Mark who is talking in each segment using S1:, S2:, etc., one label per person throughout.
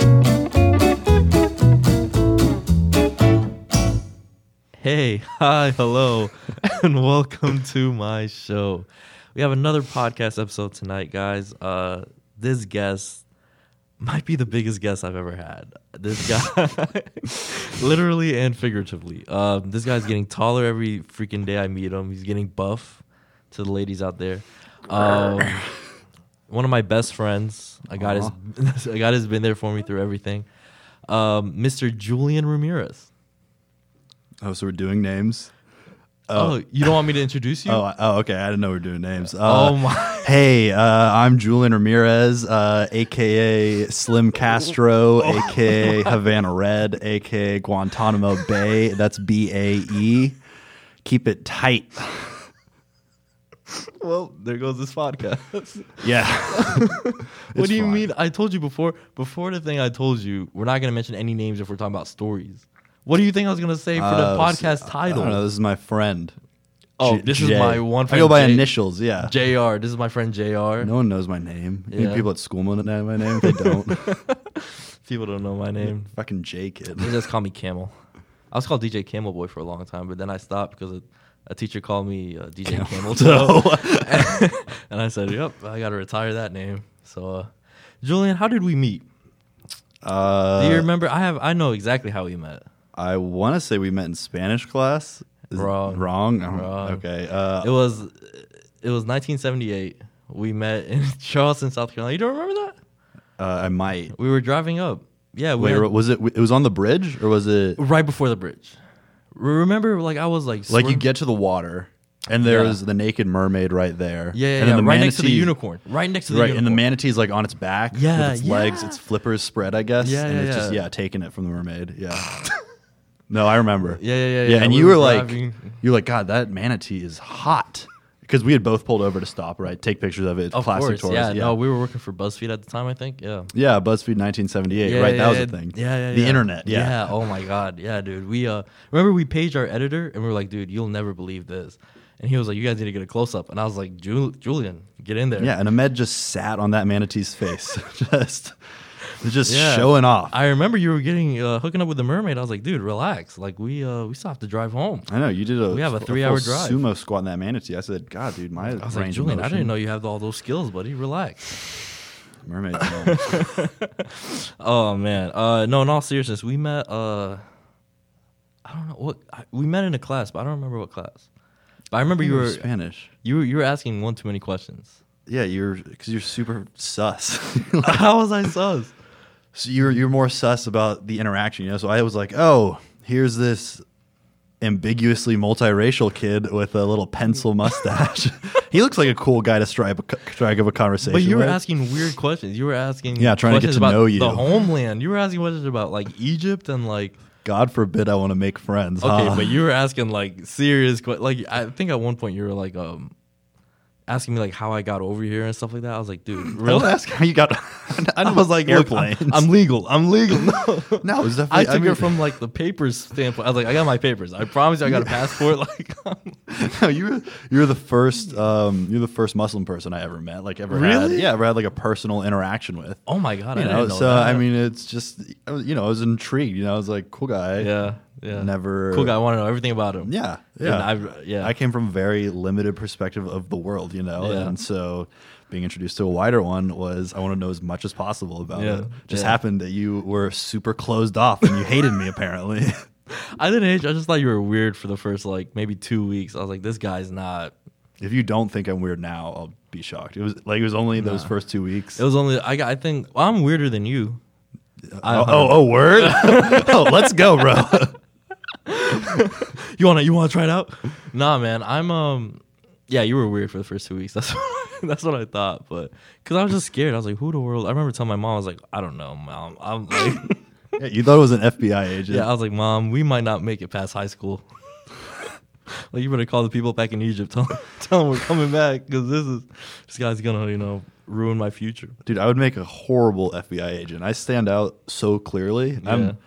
S1: hi, hello, and welcome to my show. We have another podcast episode tonight, guys. Uh, this guest might be the biggest guest I've ever had. This guy, literally and figuratively, uh, this guy's getting taller every freaking day I meet him. He's getting buff to the ladies out there. Um, one of my best friends. I got his, I got has been there for me through everything. Um, Mr. Julian Ramirez.
S2: Oh, so we're doing names.
S1: Oh. you don't want me to introduce you?
S2: Oh, I- oh, okay. I didn't know we were doing names. Uh,
S1: Oh my-
S2: Hey, uh, I'm Julian Ramirez, uh, aka Slim Castro,
S1: Oh.
S2: aka Havana Red, aka Guantanamo Bay. That's B A E. Keep it tight.
S1: well, there goes this podcast.
S2: Yeah.
S1: what
S2: It's
S1: do you
S2: fine.
S1: mean? I told you before. Before the thing, I told you we're not gonna mention any names if we're talking about stories. What do you think I was gonna say for
S2: Uh,
S1: the podcast
S2: I
S1: title?
S2: don't know. This is my friend.
S1: Oh,
S2: J-
S1: this is
S2: J.
S1: my one
S2: I
S1: friend.
S2: go by
S1: J-
S2: initials. Yeah.
S1: Jr. This is my friend Jr.
S2: no one knows my name. Any
S1: Yeah.
S2: People at school know my name. They don't.
S1: People don't know my name.
S2: Fucking J kid.
S1: They just call me Camel. I was called DJ Camel Boy for a long time, but then I stopped because a, a teacher called me uh, DJ Camel, Toe. and I said, "Yep, I got to retire that name." So, uh, Julian, how did we meet?
S2: Uh,
S1: Do you remember? I have. I know exactly how we met.
S2: I want to say we met in Spanish class. Is it
S1: Wrong.
S2: Wrong. Oh,
S1: Wrong.
S2: Okay. Uh,
S1: It was. It was 1978. We met in Charleston, South Carolina. You don't remember that?
S2: uh, I might.
S1: We were driving up. Yeah, we
S2: Wait,
S1: had-
S2: was it? It was on the bridge, or was it
S1: right before the bridge. Remember, like I was like
S2: like you
S1: swerving-
S2: get to the water and there
S1: Yeah.
S2: is the naked mermaid right there?
S1: yeah, yeah,
S2: and
S1: yeah, right next to the
S2: manatee-
S1: unicorn, right next to the
S2: Right,
S1: unicorn.
S2: and the manatee's like on its back
S1: Yeah,
S2: with its legs,
S1: yeah.
S2: its flippers spread, I guess.
S1: Yeah,
S2: and
S1: yeah,
S2: it's just
S1: yeah.
S2: yeah, taking it from the mermaid. Yeah. no, I remember.
S1: Yeah, yeah, yeah,
S2: Yeah,
S1: yeah,
S2: and
S1: we
S2: you
S1: were
S2: were like
S1: driving.
S2: you were like, God, that manatee is hot. Because we had both pulled over to stop, right? Take pictures of it. It's
S1: Of course,
S2: classic tourist.
S1: yeah, No, we were working for BuzzFeed at the time, I think. Yeah.
S2: Yeah, BuzzFeed 1978. right, that was a thing.
S1: Yeah, yeah,
S2: The
S1: yeah.
S2: internet. Yeah.
S1: Yeah. Oh my God. Yeah, dude. We uh remember we paged our editor and we were like, dude, you'll never believe this. And he was like, you guys need to get a close up. And I was like, Jul- Julian, get in there.
S2: Yeah, and Ahmed just sat on that manatee's face, just just
S1: Yeah.
S2: showing off. I,
S1: I remember you were getting uh, hooking up with the mermaid. I was like, dude, relax. Like we uh we still have to drive home.
S2: know you did a
S1: We have a
S2: full
S1: three-hour drive.
S2: sumo squat in that manatee. I said, God, dude, my
S1: I was like,
S2: range of
S1: Julian, I
S2: motion-
S1: didn't know you had all those skills, buddy. Relax.
S2: mermaid. no.
S1: Oh man. Uh no, in all seriousness, we met uh I don't know what I, we met in a class, but I don't remember what class. But I remember you were
S2: Spanish.
S1: you were, you were asking one too many questions.
S2: Yeah, you're because you're super sus.
S1: How was I sus?
S2: so you're you're more sus about the interaction, you know. So I was like, oh, here's this ambiguously multiracial kid with a little pencil mustache. he looks like a cool guy to strike a, co- strike up a conversation.
S1: But you were
S2: with.
S1: asking weird questions. You were asking
S2: Yeah, trying to get
S1: questions
S2: to
S1: about
S2: know you.
S1: the homeland. You were asking questions about like Egypt and like
S2: God forbid I want to make friends.
S1: okay,
S2: huh?
S1: but you were asking like serious que- like I think at one point you were like um asking me like how I got over here and stuff like that. I was like, dude,
S2: I don't
S1: really?
S2: ask how you got. I was like
S1: Look, I'm,
S2: airplanes.
S1: I'm legal. I'm legal. No.
S2: no, it was
S1: I
S2: definitely.
S1: took it from like the papers standpoint. I was like, I got my papers. I promise you, I got a passport. Like, I'm-
S2: no, you were you were the first um you're the first Muslim person I ever met. Like ever had
S1: Really?
S2: yeah ever had like a personal interaction with.
S1: oh my god,
S2: You
S1: I
S2: know,
S1: didn't know
S2: so
S1: that.
S2: I mean, it's just I was- you know I was intrigued. You know, I was like, cool guy.
S1: yeah, yeah,
S2: Never-
S1: Cool guy. I want to know everything about him.
S2: Yeah,
S1: And
S2: yeah,
S1: I- yeah.
S2: I came from a very limited perspective of the world, you know,
S1: Yeah.
S2: and so being introduced to a wider one was I want to know as much as possible about
S1: Yeah,
S2: it. Just
S1: yeah.
S2: happened that you were super closed off and you hated me apparently.
S1: I didn't hate you. I just thought you were weird for the first like maybe two weeks. I was like, this guy's not.
S2: If you don't think I'm weird now, I'll be shocked. It was like it was only those first two weeks.
S1: It was only I got. I think well, I'm weirder than you. I-
S2: oh, oh, oh, word! oh, let's go, bro.
S1: You wanna you wanna try it out? nah, man. I'm um. Yeah, you were weird for the first two weeks. That's what, that's what I thought, but because I was just scared. I was like, who the world? I remember telling my mom, I was like, I don't know, mom. I'm like,
S2: Yeah, you thought it was an FBI agent.
S1: yeah, I was like, mom, we might not make it past high school. like you better call the people back in Egypt. Tell them, tell them we're coming back because this is this guy's gonna you know ruin my future.
S2: dude, I would make a horrible FBI agent. I stand out so clearly.
S1: Yeah.
S2: I'm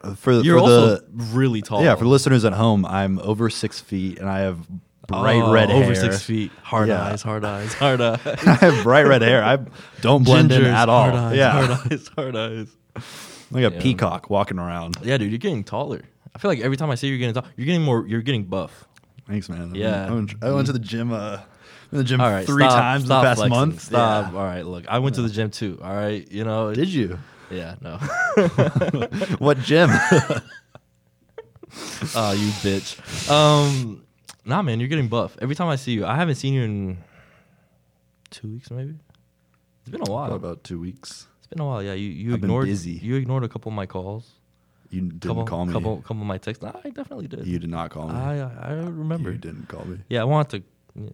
S2: uh, for the
S1: You're
S2: for
S1: also
S2: the
S1: really tall.
S2: yeah for the listeners at home. I'm over six feet and I have bright
S1: Oh,
S2: red hair.
S1: over six feet. Hard
S2: Yeah.
S1: eyes, hard eyes, hard eyes.
S2: I have bright red hair. I don't blend in
S1: Gingers,
S2: at all.
S1: Hard eyes,
S2: yeah,
S1: hard eyes, hard eyes.
S2: like a peacock walking around.
S1: Yeah, dude, you're getting taller. I feel like every time I see you, you're getting tall. You're getting more. You're getting buff.
S2: Thanks, man. I mean,
S1: Yeah.
S2: I went, I went to the gym. Uh, been to the gym
S1: All right,
S2: three
S1: stop-
S2: times in the
S1: stop
S2: past
S1: flexing.
S2: month.
S1: Stop.
S2: Yeah.
S1: All right, look, I went to the gym too. All right, you know. it-
S2: Did you?
S1: yeah, no.
S2: What gym?
S1: oh, you bitch. Um, nah, man, you're getting buff every time I see you. I haven't seen you in two weeks, maybe. It's been a while.
S2: about two weeks.
S1: It's been a while. Yeah, you you
S2: I've been
S1: ignored
S2: busy.
S1: you ignored a couple of my calls.
S2: You didn't
S1: couple,
S2: call me.
S1: Couple, couple of my texts. Nah, I definitely did.
S2: You did not call me.
S1: I I I remember.
S2: You didn't call me.
S1: Yeah, I wanted to.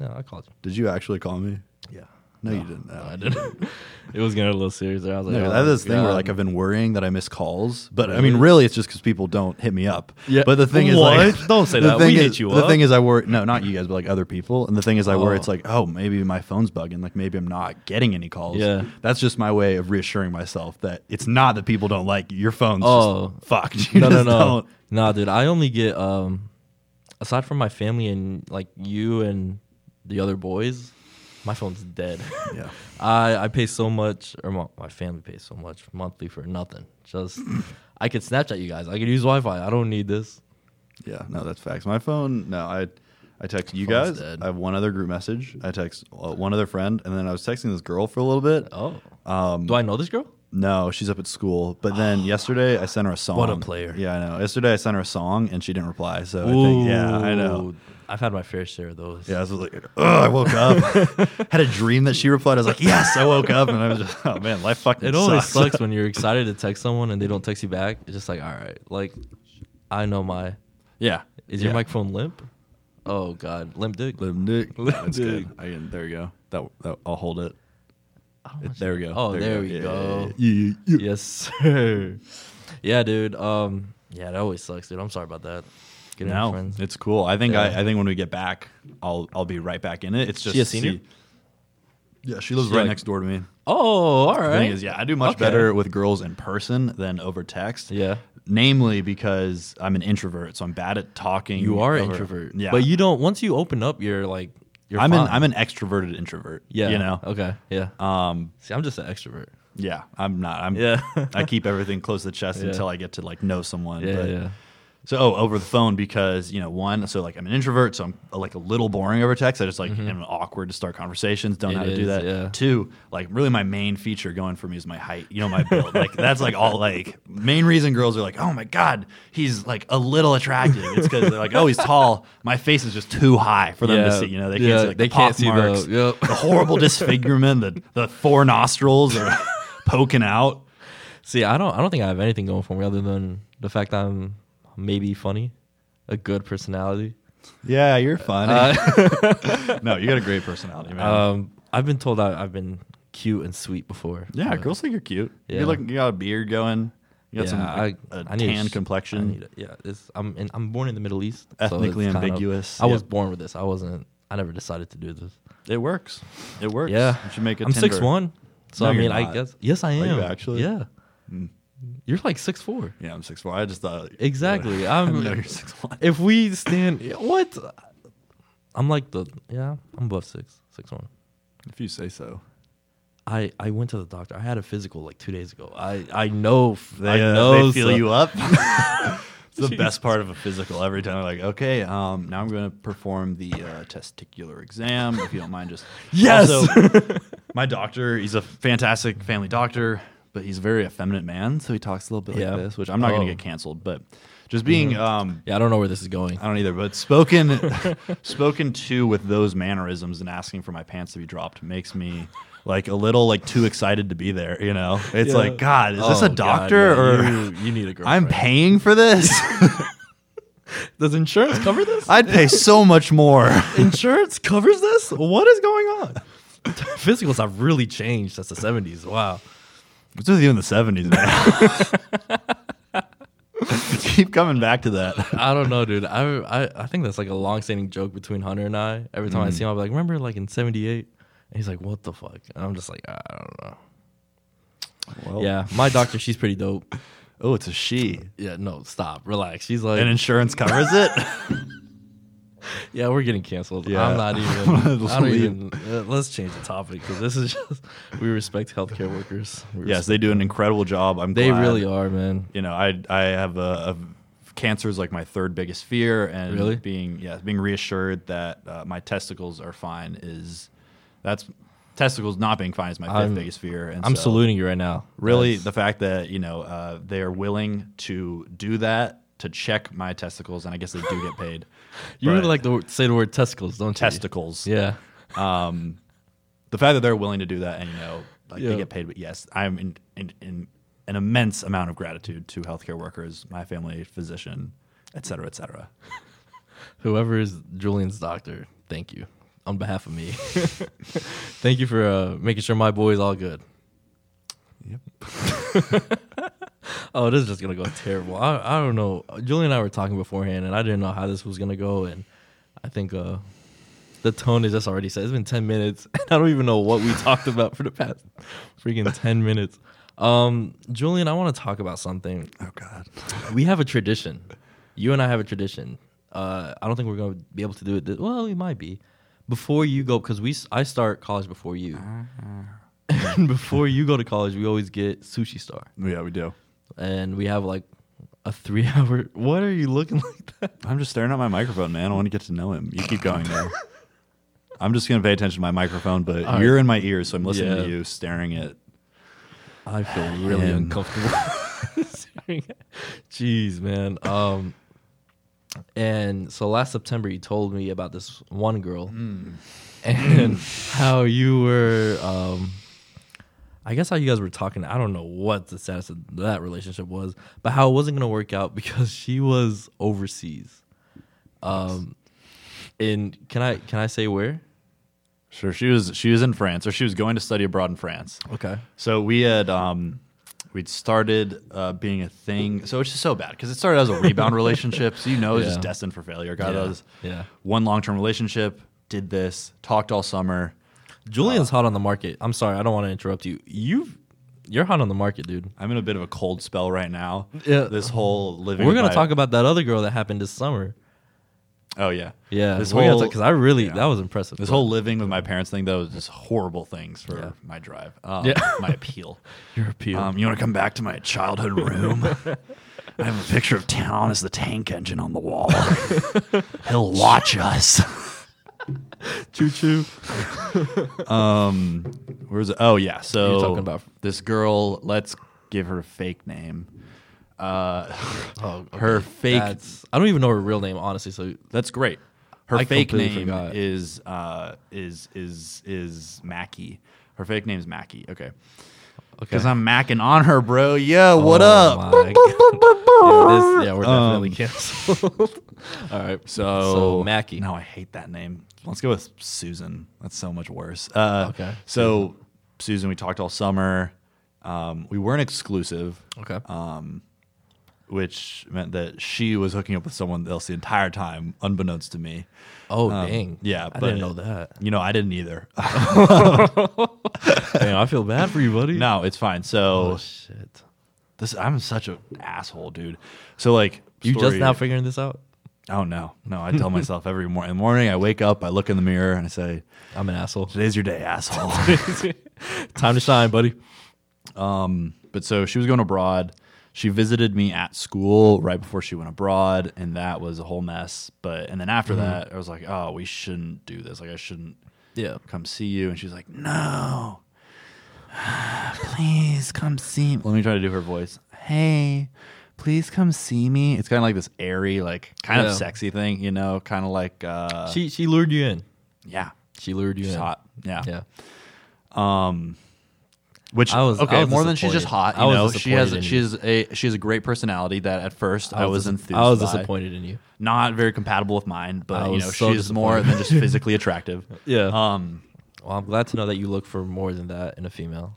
S1: No, I called
S2: Did you actually call me?
S1: you. Yeah.
S2: No, you didn't. Oh. No.
S1: I didn't. it was getting a little serious. There, I was like,
S2: No,
S1: oh
S2: I have this
S1: my
S2: thing where
S1: God.
S2: like I've been worrying that I miss calls, but I
S1: Really?
S2: mean, really, it's just because people don't hit me up.
S1: Yeah.
S2: But the thing is, like,
S1: What? Don't say
S2: the
S1: that.
S2: thing
S1: We
S2: is-
S1: hit you
S2: The
S1: up.
S2: thing is, I worry. No, not you guys, but like other people. And the thing is, I worry.
S1: Oh.
S2: It's like, oh, maybe my phone's bugging. Like maybe I'm not getting any calls.
S1: Yeah.
S2: That's just my way of reassuring myself that it's not that people don't like you. your phone's.
S1: Oh.
S2: just fucked. You
S1: no, no,
S2: just
S1: no,
S2: Don't.
S1: nah, dude. I only get um, aside from my family and like you and the other boys, my phone's dead.
S2: Yeah.
S1: I I pay so much, or my, my family pays so much monthly for nothing. Just I could Snapchat you guys. I could use Wi-Fi. I don't need this.
S2: Yeah, no, that's facts. My phone, no, I, I text you
S1: Phone's
S2: guys.
S1: dead.
S2: I have one other group message. I text uh, one other friend, and then I was texting this girl for a little bit.
S1: Oh,
S2: Um,
S1: do I know this girl?
S2: no, she's up at school. But then yesterday, I sent her a song.
S1: What a player.
S2: Yeah, I know. Yesterday, I sent her a song, and she didn't reply. So I think, yeah, I know.
S1: Ooh, I've had my fair share of those.
S2: Yeah, I was like, ugh, I woke up, had a dream that she replied. I was like, yes, I woke up, and I was just, oh man, life fucking
S1: It always
S2: sucks.
S1: sucks when you're excited to text someone and they don't text you back. It's just like, all right, like, I know my.
S2: yeah,
S1: Is
S2: Yeah.
S1: your microphone limp? Oh God, limp dick.
S2: Lim dick.
S1: Lim
S2: That's
S1: dick.
S2: good. I can, there we go. That, that I'll hold it.
S1: I don't
S2: It-
S1: want you-
S2: there we go.
S1: Oh, there we
S2: Yeah,
S1: go.
S2: yeah, yeah, yeah.
S1: Yes, sir. Yeah, dude. Um, yeah, that always sucks, dude. I'm sorry about that. Getting
S2: no,
S1: friends.
S2: it's cool. I think
S1: Yeah.
S2: I, I think when we get back, I'll I'll be right back in it. It's just
S1: She a senior?
S2: see- yeah, she lives
S1: She
S2: right
S1: like-
S2: next door to me.
S1: Oh, all
S2: The
S1: right.
S2: thing is, yeah, I do much
S1: Okay.
S2: better with girls in person than over text.
S1: Yeah.
S2: namely because I'm an introvert, so I'm bad at talking.
S1: You are an
S2: over-
S1: introvert.
S2: Yeah,
S1: But you don't. Once you open up, you're like. You're
S2: I'm an
S1: fine.
S2: I'm an extroverted introvert.
S1: Yeah.
S2: you know.
S1: Okay. Yeah.
S2: Um.
S1: See, I'm just an extrovert.
S2: Yeah, I'm not. I'm.
S1: Yeah.
S2: I keep everything close to the chest
S1: Yeah.
S2: until I get to like know someone.
S1: Yeah.
S2: but-
S1: yeah.
S2: So oh, over the phone because you know one, so like I'm an introvert, so I'm uh, like a little boring over text. I just like am awkward to start conversations, don't know
S1: Mm-hmm. It
S2: how to do
S1: is,
S2: that.
S1: yeah.
S2: Two, like really my main feature going for me is my height. You know my build. like that's like all like main reason girls are like, oh my god, he's like a little attractive. It's because they're like, oh he's tall. My face is just too high for them to
S1: Yeah,
S2: see. You know they
S1: yeah,
S2: can't see like
S1: they
S2: the pock
S1: can't see the-
S2: marks,
S1: yep.
S2: the horrible disfigurement, the the four nostrils are poking out.
S1: See, I don't. I don't think I have anything going for me other than the fact that I'm maybe funny, a good personality.
S2: Yeah, you're funny. Uh, no, you got a great personality, man.
S1: Um, I've been told I, I've been cute and sweet before.
S2: Yeah,
S1: but
S2: girls think you're cute.
S1: Yeah.
S2: You look, you got a beard going. You got
S1: yeah,
S2: some like,
S1: I-
S2: a
S1: I need a
S2: tan
S1: sh- I
S2: complexion.
S1: need it. Yeah, it's, I'm in, I'm born in the Middle East. so
S2: Ethnically
S1: it's kind of-
S2: ambiguous,
S1: I was
S2: yep.
S1: born with this. I wasn't. I never decided to do this.
S2: it works. It works.
S1: Yeah,
S2: you should make a
S1: I'm
S2: Tinder.
S1: six one. So
S2: No,
S1: I
S2: you're
S1: mean, I
S2: not.
S1: guess yes, I
S2: Are
S1: am.
S2: you actually? Hmm.
S1: yeah. You're like six four.
S2: Yeah, I'm six four. I just thought
S1: Exactly.
S2: I
S1: I'm.
S2: know you're six one.
S1: if we stand, what? I'm like the yeah. I'm above six six one.
S2: If you say so.
S1: I, I went to the doctor. I had a physical like two days ago. I, I know. f-
S2: They,
S1: I
S2: uh,
S1: know.
S2: they feel
S1: so-
S2: you up. it's the best part of a physical. Every time, like, okay, um, now I'm going to perform the uh, testicular exam. If you don't mind, just
S1: Yes!
S2: Also, my doctor, he's a fantastic family doctor, but he's a very effeminate man, so he talks a little bit
S1: Yeah.
S2: like this, which I'm
S1: Oh.
S2: not
S1: Mm-hmm.
S2: going to get canceled. But just being um,
S1: Yeah, I don't know where this is going.
S2: I don't either, but spoken spoken to with those mannerisms and asking for my pants to be dropped makes me like a little like too excited to be there, you know? It's
S1: Yeah.
S2: like, God, is this
S1: Oh,
S2: a
S1: God,
S2: doctor
S1: yeah,
S2: or
S1: you, you need a girl?
S2: I'm paying for this?
S1: Does insurance cover this?
S2: I'd pay so much more.
S1: insurance covers this? What is going on? Physicals have really changed since the 70s. Wow.
S2: This was even the seventies, man. Keep coming back to that.
S1: I don't know, dude. I I, I think that's like a long-standing joke between Hunter and I. Every time I see him, I'm like, remember like in 78? And he's like, what the fuck? And I'm just like, I don't know.
S2: Well,
S1: Yeah, my doctor, she's pretty dope.
S2: Oh, it's a she.
S1: Yeah, no, stop. Relax. She's like,
S2: And insurance covers it.
S1: Yeah, we're getting canceled.
S2: Yeah.
S1: I'm not even. I don't
S2: Leave.
S1: even uh, let's change the topic because this is just we respect healthcare workers. We
S2: yes, they do an incredible job. I'm
S1: res- they
S2: glad.
S1: really are, man.
S2: you know, I I have a, a cancer is like my third biggest fear, and
S1: Really?
S2: being yeah, being reassured that uh, my testicles are fine is that's testicles not being fine is my 5th
S1: I'm-
S2: biggest fear. And
S1: I'm
S2: so
S1: saluting you right now.
S2: Really,
S1: That's-
S2: the fact that you know uh, they are willing to do that to check my testicles, and I guess they do get paid.
S1: you
S2: But
S1: really like the word, say the word testicles, don't
S2: testicles. Um,
S1: you? Yeah.
S2: the fact that they're willing to do that and you know like
S1: Yeah.
S2: they get paid but yes i'm in, in, in an immense amount of gratitude to healthcare workers my family physician et cetera et cetera
S1: Whoever is Julian's doctor, thank you on behalf of me. thank you for uh, making sure my boy is all good.
S2: Yep.
S1: oh, this is just gonna go terrible. I, I don't know. Julian and I were talking beforehand, and I didn't know how this was gonna go. And I think uh, the tone is just already set. It's been ten minutes, and I don't even know what we talked about for the past freaking ten minutes. Um, Julian, I want to talk about something
S2: oh god
S1: we have a tradition. You and I have a tradition. Uh, I don't think we're going to be able to do it. This, well, we might be. Before you go, because we s- I start college before you. and before you go to college, we always get sushi star,
S2: yeah we do
S1: and we have like a three hour. What are you looking like that?
S2: i'm just staring at my microphone man i want to get to know him you keep going though i'm just going to pay attention to my microphone but
S1: All right.
S2: you're in my ears so i'm listening
S1: Yeah.
S2: to you staring at
S1: I feel really
S2: Him.
S1: uncomfortable. Jeez, man. Um, and so last September, you told me about this one girl and how you were. Um, I guess how you guys were talking. I don't know what the status of that relationship was, but how it wasn't going to work out because she was overseas. Um, and can I can I say where?
S2: sure she was she was in france or she was going to study abroad in france
S1: Okay.
S2: So we had um, we'd started uh, being a thing. So it's just so bad because it started as a rebound relationship. So you know it's
S1: Yeah.
S2: just destined for failure. Got
S1: Yeah.
S2: us
S1: Yeah.
S2: one long term relationship. Did this talked all summer.
S1: Julian's hot on the market. I'm sorry, I don't want to interrupt you. You, you're hot on the market, dude.
S2: I'm in a bit of a cold spell right now.
S1: Yeah.
S2: This whole living.
S1: We're
S2: with
S1: gonna
S2: my-
S1: talk about that other girl that happened this summer.
S2: Oh yeah.
S1: Yeah,
S2: This
S1: we're gonna
S2: whole
S1: talk- 'cause I really
S2: yeah.
S1: that was impressive.
S2: this
S1: bro.
S2: whole living with my parents thing though was just horrible things for
S1: Yeah.
S2: my drive. Um,
S1: Yeah.
S2: My appeal.
S1: European.
S2: Um, you want to come back to my childhood room? I have a picture of Thomas the tank engine on the wall. He'll watch us.
S1: choo choo.
S2: Um, where's it? Oh yeah, so
S1: You're talking about-
S2: this girl. Let's give her a fake name. Uh,
S1: Oh,
S2: her fake.
S1: That's, I don't even know her real name, honestly. So
S2: that's great. Her
S1: I
S2: fake
S1: completely
S2: name
S1: forgot.
S2: is uh, is is is Mackie. Her fake name's Mackie. Okay,
S1: okay.
S2: because I'm macking on her, bro. Yeah, what
S1: Oh
S2: up?
S1: my Um, God. yeah, this, yeah, we're definitely canceled. All right.
S2: So,
S1: so Mackie.
S2: No, I hate that name. Let's go with Susan. That's so much worse. Uh,
S1: Okay.
S2: So Susan, we talked all summer. Um, we weren't exclusive,
S1: Okay.
S2: which meant that she was hooking up with someone else the entire time, unbeknownst to me.
S1: oh dang.
S2: Yeah,
S1: I
S2: but
S1: didn't know that.
S2: You know, I didn't either.
S1: Damn, I feel bad for you, buddy.
S2: no, it's fine. So
S1: Oh shit.
S2: this, I'm such an asshole, dude. So like,
S1: You just
S2: story-
S1: now figuring this out?
S2: oh no, no. I tell myself every morning. In the morning, I wake up, I look in the mirror, and I say,
S1: I'm an asshole.
S2: "Today's your day, asshole."
S1: Time to shine, buddy.
S2: Um, But so she was going abroad. She visited me at school right before she went abroad, and that was a whole mess. But and then
S1: Mm-hmm.
S2: after that, I was like, "Oh, we shouldn't do this. Like, I shouldn't
S1: Yeah.
S2: come see you." And she's like, "No, please come see." me. Let me try to do her voice. Hey, please come see me. It's kind of like this airy, like kind
S1: Yeah.
S2: of sexy thing, you know, kind of like uh,
S1: She she lured you in.
S2: yeah,
S1: She lured you
S2: she's
S1: in.
S2: hot. Yeah,
S1: Yeah.
S2: Which
S1: I was-
S2: okay,
S1: I was
S2: more than she's just hot.
S1: disappointed.
S2: You
S1: I was
S2: know, she has
S1: disappointed in
S2: she has a she has a great personality that at first I was,
S1: dis-
S2: enthused.
S1: I was
S2: by.
S1: disappointed in you.
S2: Not very compatible with mine,
S1: I
S2: but you
S1: was
S2: know,
S1: so
S2: she's more than just physically attractive.
S1: Yeah.
S2: Um,
S1: well, I'm glad to know that you look for more than that in a female.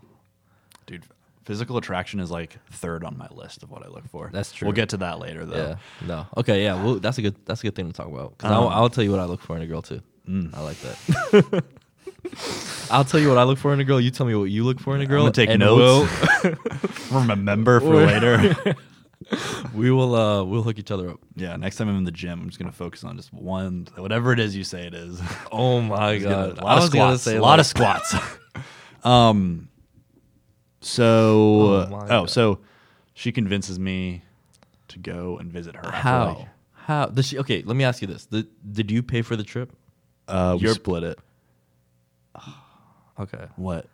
S2: dude, physical attraction is like third on my list of what I look for.
S1: That's true.
S2: We'll get to that later though.
S1: Yeah. Um, No. Okay. Yeah. Well, that's a good. That's a good thing to talk about. Because I'll, I'll tell you what I look for in a girl too. I like that. I'll tell you what I look for in a girl. You tell me what you look for in a girl.
S2: gonna take
S1: and
S2: notes. Remember for
S1: We're-
S2: later.
S1: We'll, we will. Uh, we'll hook each other up.
S2: yeah, next time I'm in the gym, I'm just gonna focus on just one, whatever it is you say it is.
S1: Oh my
S2: Just
S1: god.
S2: gonna- a lot of squats. a lot of squats. um. So
S1: Oh my
S2: oh,
S1: God.
S2: so she convinces me. to go and visit her. I feel like-
S1: How? How? Does she? Okay, let me ask you this: the, Did you pay for the trip?
S2: Uh, we
S1: Your-
S2: split it.
S1: Okay,
S2: What?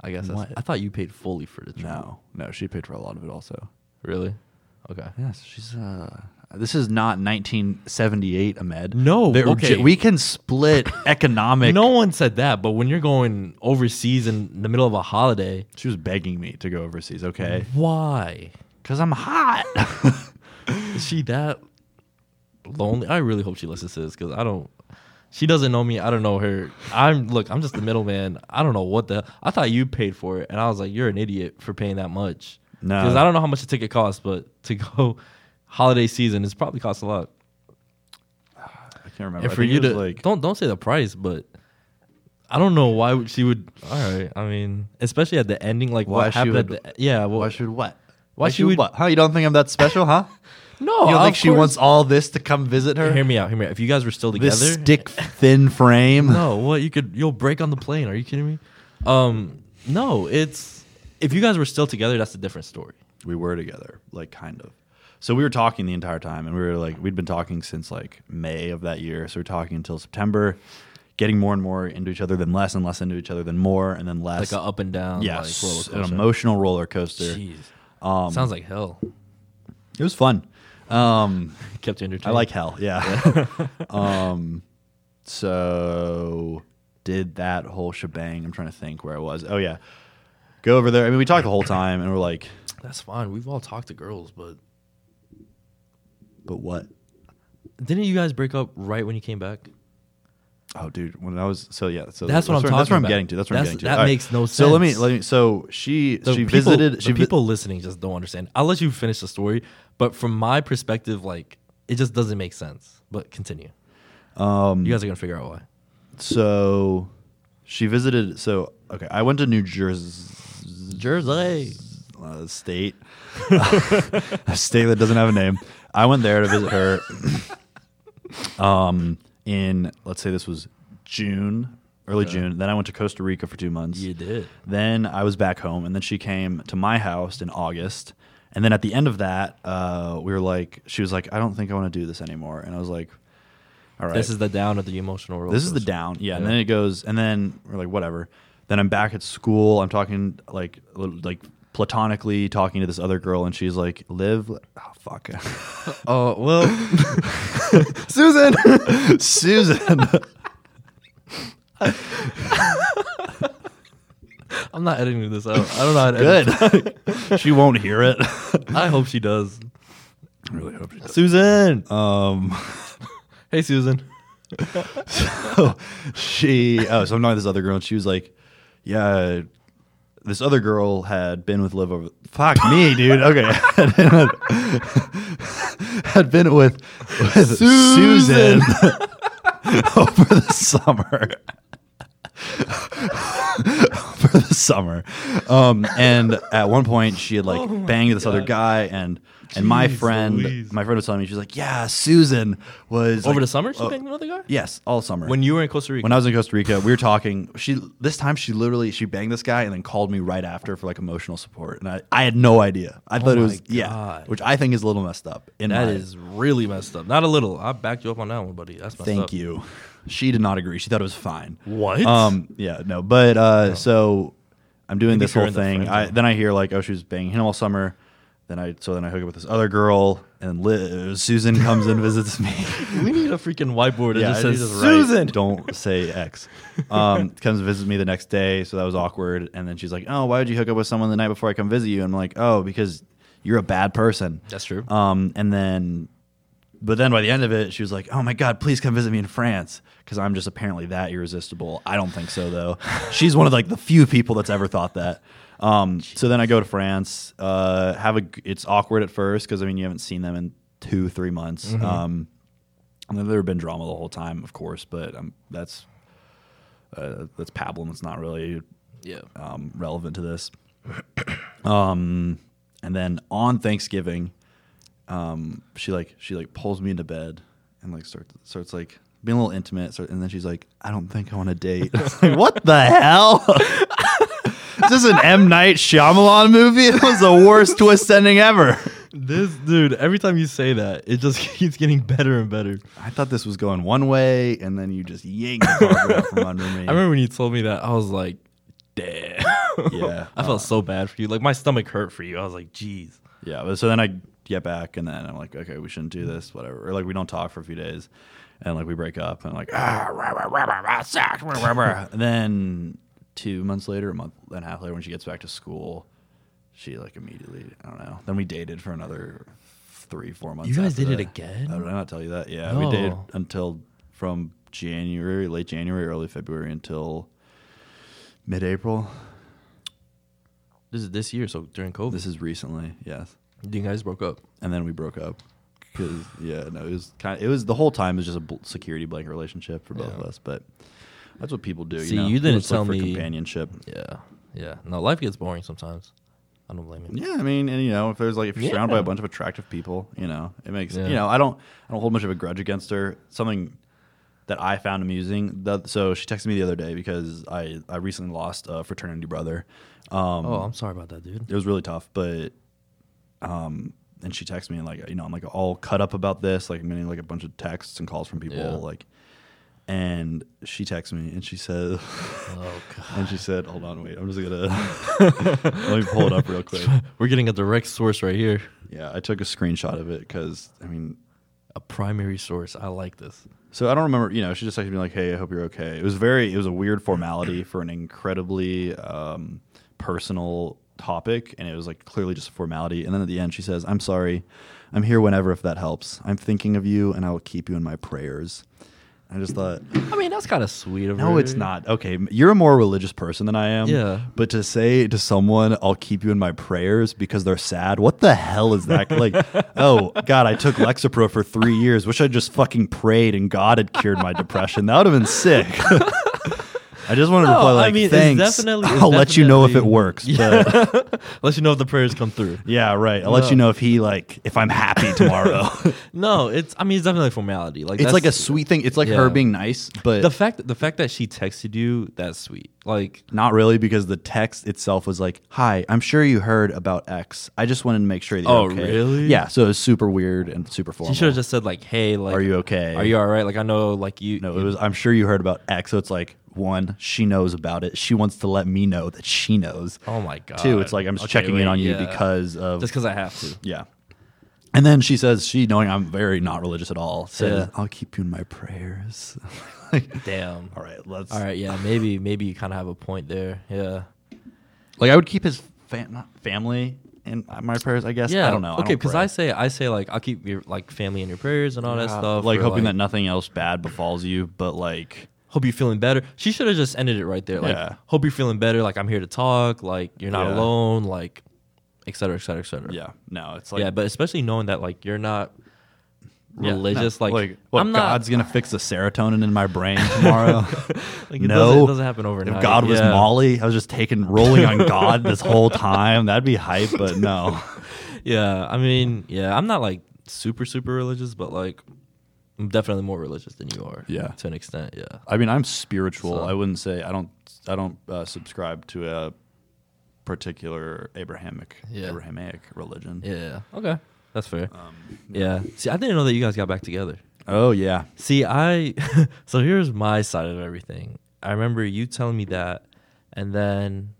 S1: I guess that's,
S2: What?
S1: I thought you paid fully for the trip.
S2: No, no. She paid for a lot of it also.
S1: Really? Okay.
S2: Yes, she's. Uh, this is not 1978, Ahmed.
S1: No,
S2: There-
S1: okay.
S2: We can split economic.
S1: No one said that, but when you're going overseas in the middle of a holiday,
S2: She was begging me to go overseas. Okay,
S1: why
S2: because Mm-hmm. I'm hot.
S1: is she that lonely? I really hope she listens to this because I don't. She doesn't know me. I don't know her. I'm look. I'm just the middleman. I don't know what the. I thought you paid for it, and I was like, you're an idiot for paying that much.
S2: No.
S1: because I don't know how much a ticket costs, but to go holiday season, it's probably costs a lot.
S2: I can't remember.
S1: And
S2: I
S1: for
S2: think it
S1: you
S2: was
S1: to
S2: like,
S1: don't don't say the price, but I don't know why would she would. All right, I mean, especially at the ending, like
S2: Why
S1: what
S2: she
S1: happened?
S2: would-
S1: at the, yeah, well,
S2: why should what?
S1: Why should we-
S2: what? Huh? You don't think I'm that special, huh?
S1: no,
S2: You don't
S1: of
S2: think she
S1: course-
S2: wants all this to come visit her?
S1: Hear me out. Hear me out. If you guys were still together,
S2: this stick thin frame.
S1: No, what you could you'll break on the plane. Are you kidding me? Um, no, it's if you guys were still together, that's a different story.
S2: We were together, like kind of. So we were talking the entire time, and we were like, we'd been talking since like May of that year. So we are talking until September, getting more and more into each other, then less and less into each other, then more, and then
S1: Like
S2: less.
S1: a up and down.
S2: yes, Um,
S1: like,
S2: an
S1: roller coaster.
S2: emotional roller coaster.
S1: Jeez, sounds like hell.
S2: It was fun. Um,
S1: Kept you entertained.
S2: I like hell. Yeah. um, so did that whole shebang. I'm trying to think where I was. Oh yeah, go over there. I mean, we talked the whole time, and we're like,
S1: that's fine. We've all talked to girls, but
S2: but what?
S1: didn't you guys break up right when you came back?
S2: Oh, dude, when I was so yeah, so
S1: That's what I'm
S2: where- That's
S1: talking
S2: where I'm
S1: about.
S2: getting to. That's what
S1: That's-
S2: I'm getting to.
S1: that
S2: All
S1: makes no
S2: So let me
S1: sense.
S2: let me. So she
S1: The
S2: she
S1: people-
S2: visited. She
S1: the
S2: vi-
S1: people listening just don't understand. I'll let you finish the story, but from my perspective, like it just doesn't make sense. But continue. Um, you guys are gonna figure out why.
S2: so she visited. So okay, I went to New Jersey
S1: Jersey.
S2: uh, state, a state that doesn't have a name. I went there to visit her. um, in let's say this was June, early June. Then I went to Costa Rica for two months.
S1: You did.
S2: Then I was back home, and then she came to my house in August. And then at the end of that, uh, we were like, she was like, I don't think I want to do this anymore. And I was like, all right.
S1: This is the down of the emotional roller.
S2: This is the
S1: coaster.
S2: down. Yeah, And
S1: Yeah.
S2: then it goes, and then we're like, whatever. Then I'm back at school. I'm talking like, li- like platonically talking to this other girl, and she's like, live. li- Oh, fuck.
S1: Oh well,
S2: Susan! Susan!
S1: I'm not editing this out. I don't know. How to edit.
S2: Good. she won't hear it.
S1: I hope she does.
S2: I really hope she does.
S1: Susan.
S2: Um,
S1: hey, Susan.
S2: so Oh, she oh so I'm knowing this other girl and she was like, yeah, this other girl had been with Liv over. Fuck me, dude. Okay, had been with, with Susan.
S1: Susan.
S2: over the summer. over the summer, um, and at one point she had like
S1: Oh my
S2: banged this other
S1: God.
S2: guy and. And my
S1: Jeez
S2: friend,
S1: Louise.
S2: my friend was telling me, she's like, "Yeah, Susan was
S1: Over
S2: like-
S1: the summer, she
S2: oh,
S1: banged another guy.
S2: Yes, all summer.
S1: When you were in Costa Rica.
S2: When I was in Costa Rica, we were talking. She this time she literally she banged this guy and then called me right after for like emotional support, and I, I had no idea. I thought it
S1: Oh my
S2: was yeah,
S1: God.
S2: which I think is a little messed up. In
S1: that
S2: my-
S1: is really messed up. Not a little. I backed you up on that one, buddy. That's messed
S2: thank
S1: up.
S2: you. She did not agree. She thought it was fine.
S1: What? Oh.
S2: Um, yeah, no, but uh, so I'm doing this
S1: if you're
S2: whole
S1: in the
S2: thing.
S1: friend
S2: I,
S1: zone.
S2: then I hear like, oh, she was banging him all summer. Then I so then I hook up with this other girl, and Liz, Susan comes and visits me.
S1: We need a freaking whiteboard that just
S2: I
S1: says
S2: just write,
S1: Susan.
S2: don't say X. Um, comes and visits me the next day, so that was awkward. And then she's like, "Oh, why would you hook up with someone the night before I come visit you?" And I'm like, "Oh, because you're a bad person."
S1: That's true.
S2: Um, and then, but then by the end of it, she was like, "Oh my god, please come visit me in France." Because I'm just apparently that irresistible. I don't think so though. She's one of like the few people that's ever thought that. Um, so then I go to France. Uh, have a. g- It's awkward at first because I mean you haven't seen them in two, three months.
S1: Mm-hmm.
S2: Um, and then there have been drama the whole time, of course, but um, that's uh, that's pablum. It's not really
S1: yeah.
S2: um, relevant to this. um, and then on Thanksgiving, um, she like she like pulls me into bed and like starts starts like being a little intimate. So, and then she's like, "I don't think I want to date." I was like, what the hell? Is this an M Night Shyamalan movie? It was the worst twist ending ever.
S1: This dude, every time you say that, it just keeps getting better and better.
S2: I thought this was going one way, and then you just yanked the carpet out from under me.
S1: I remember when you told me that, I was like, damn.
S2: Yeah.
S1: I felt so bad for you. Like my stomach hurt for you. I was like, jeez.
S2: Yeah, but so then I get back, and then I'm like, okay, we shouldn't do this, whatever. Or like we don't talk for a few days, and like we break up, and I'm like, ah, rah, rah, rah, rah, rah, sucks, rah, rah, rah." and then two months later, a month and a half later, when she gets back to school, she like immediately, I don't know. Then we dated for another three, four months.
S1: You guys
S2: after
S1: did it
S2: that.
S1: again? Oh.
S2: Oh, did I not tell you that? Yeah, we dated
S1: No.
S2: until from January, late January, early February until mid-April.
S1: This is this year, so during COVID,
S2: This is recently, yes.
S1: you guys broke up.
S2: and then we broke up because yeah no it was kind of it was the whole time it was just a bl- security blanket relationship for both of us but that's what people do
S1: See,
S2: you, know?
S1: you
S2: People
S1: didn't
S2: just look
S1: tell
S2: for
S1: me-
S2: companionship
S1: Yeah, yeah. No, life gets boring sometimes. I don't blame you.
S2: yeah i mean and you know if there's like if you're surrounded by a
S1: Yeah.
S2: bunch of attractive people you know it makes
S1: Yeah.
S2: you know i don't i don't hold much of a grudge against her something that i found amusing the, so she texted me the other day because i i recently lost a fraternity brother um
S1: Oh, I'm sorry about that, dude.
S2: it was really tough but um and she texted me and like you know i'm like all cut up about this like many like a bunch of texts and calls from people
S1: Yeah.
S2: like and she texted me and she said
S1: Oh god.
S2: and she said hold on wait i'm just gonna let me pull it up real quick
S1: We're getting a direct source right here.
S2: yeah i took a screenshot of it because i mean
S1: A primary source. I like this.
S2: so i don't remember you know she just texted me like hey i hope you're okay it was very it was a weird formality for an incredibly um personal topic and it was like clearly just a formality and then at the end she says i'm sorry i'm here whenever if that helps i'm thinking of you and i will keep you in my prayers i just thought
S1: I mean, that's kind of sweet of her.
S2: no it's not okay m- you're a more religious person than i am
S1: Yeah.
S2: but to say to someone i'll keep you in my prayers because they're sad what the hell is that like oh god i took lexapro for three years wish i just fucking prayed and god had cured my depression that would have been sick i just wanted to
S1: No,
S2: reply
S1: I
S2: like
S1: mean, it's
S2: thanks
S1: definitely- it's
S2: i'll let you know if it
S1: definitely-
S2: works
S1: Yeah.
S2: but
S1: Let you know if the prayers come through.
S2: yeah right i'll let you know if he like if i'm happy tomorrow
S1: No, it's. I mean, it's definitely a formality. Like
S2: it's
S1: that's-
S2: like a sweet thing it's like
S1: Yeah.
S2: her being nice but
S1: The fact the fact that she texted you that's sweet. Like
S2: Not really, because the text itself was like, "Hi, I'm sure you heard about X. I just wanted to make sure that you're
S1: Oh,
S2: okay."
S1: really?
S2: Yeah, so it was super weird and super formal.
S1: she should have just said like, "Hey, like,
S2: Are you okay?
S1: Are you all right? Like, I know, like you.
S2: no, it was. I'm sure you heard about X. So it's like one, she knows about it. She wants to let me know that she knows.
S1: Oh my god.
S2: Two, it's like I'm just
S1: Okay,
S2: checking
S1: wait,
S2: in on
S1: yeah.
S2: you because of
S1: just because I have to.
S2: yeah. And then she says, she knowing I'm very not religious at all, says,
S1: Yeah.
S2: "I'll keep you in my prayers." like,
S1: Damn.
S2: all right, let's.
S1: All right, yeah, maybe maybe you kind of have a point there. Yeah.
S2: Like I would keep his fam- not family in my prayers. I guess.
S1: Yeah.
S2: I don't know.
S1: Okay,
S2: because
S1: because I say I say like I'll keep your like family in your prayers and all that
S2: Yeah,
S1: stuff.
S2: Like
S1: or,
S2: hoping that nothing else bad befalls you, but like
S1: hope you're feeling better. She should have just ended it right there. Like
S2: Yeah.
S1: hope you're feeling better. Like I'm here to talk. Like you're not
S2: Yeah.
S1: alone. Like et cetera, et cetera, et cetera.
S2: yeah, no, it's like
S1: yeah, but especially knowing that like you're not
S2: yeah, no,
S1: religious. like,
S2: what,
S1: I'm not.
S2: God's gonna fix the serotonin in my brain tomorrow.
S1: like, it
S2: no,
S1: doesn't, it doesn't happen overnight.
S2: if God was
S1: Yeah.
S2: Molly, I was just taking rolling on God this whole time. That'd be hype, but no.
S1: Yeah, I mean, yeah, I'm not like super super religious, but like I'm definitely more religious than you are.
S2: Yeah.
S1: to an extent. Yeah.
S2: I mean, I'm spiritual.
S1: So-
S2: I wouldn't say I don't. I don't uh, subscribe to a particular Abrahamic
S1: Yeah.
S2: Abrahamic religion.
S1: Yeah. Okay. That's fair. yeah. See, I didn't know that you guys got back together.
S2: Oh yeah,
S1: See, I so here's my side of everything. I remember you telling me that, and then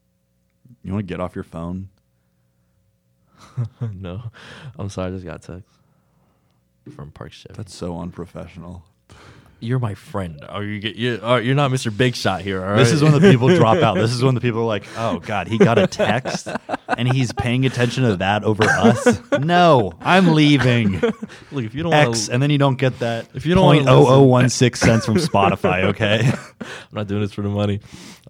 S2: you want to get off your phone?
S1: no, I'm sorry, I just got a text from Park Shift.
S2: That's so unprofessional.
S1: You're my friend. Are Oh, you get you? Are, you're not Mr. Big Shot here. All right.
S2: This is when the people drop out. This is when the people are like, "Oh God, he got a text, and he's paying attention to that over us." No, I'm leaving
S1: look. If you don't want
S2: X,
S1: to,
S2: and then you don't get that.
S1: If you don't wanna listen-
S2: 0.0016 cents from Spotify, okay?
S1: I'm not doing this for the money.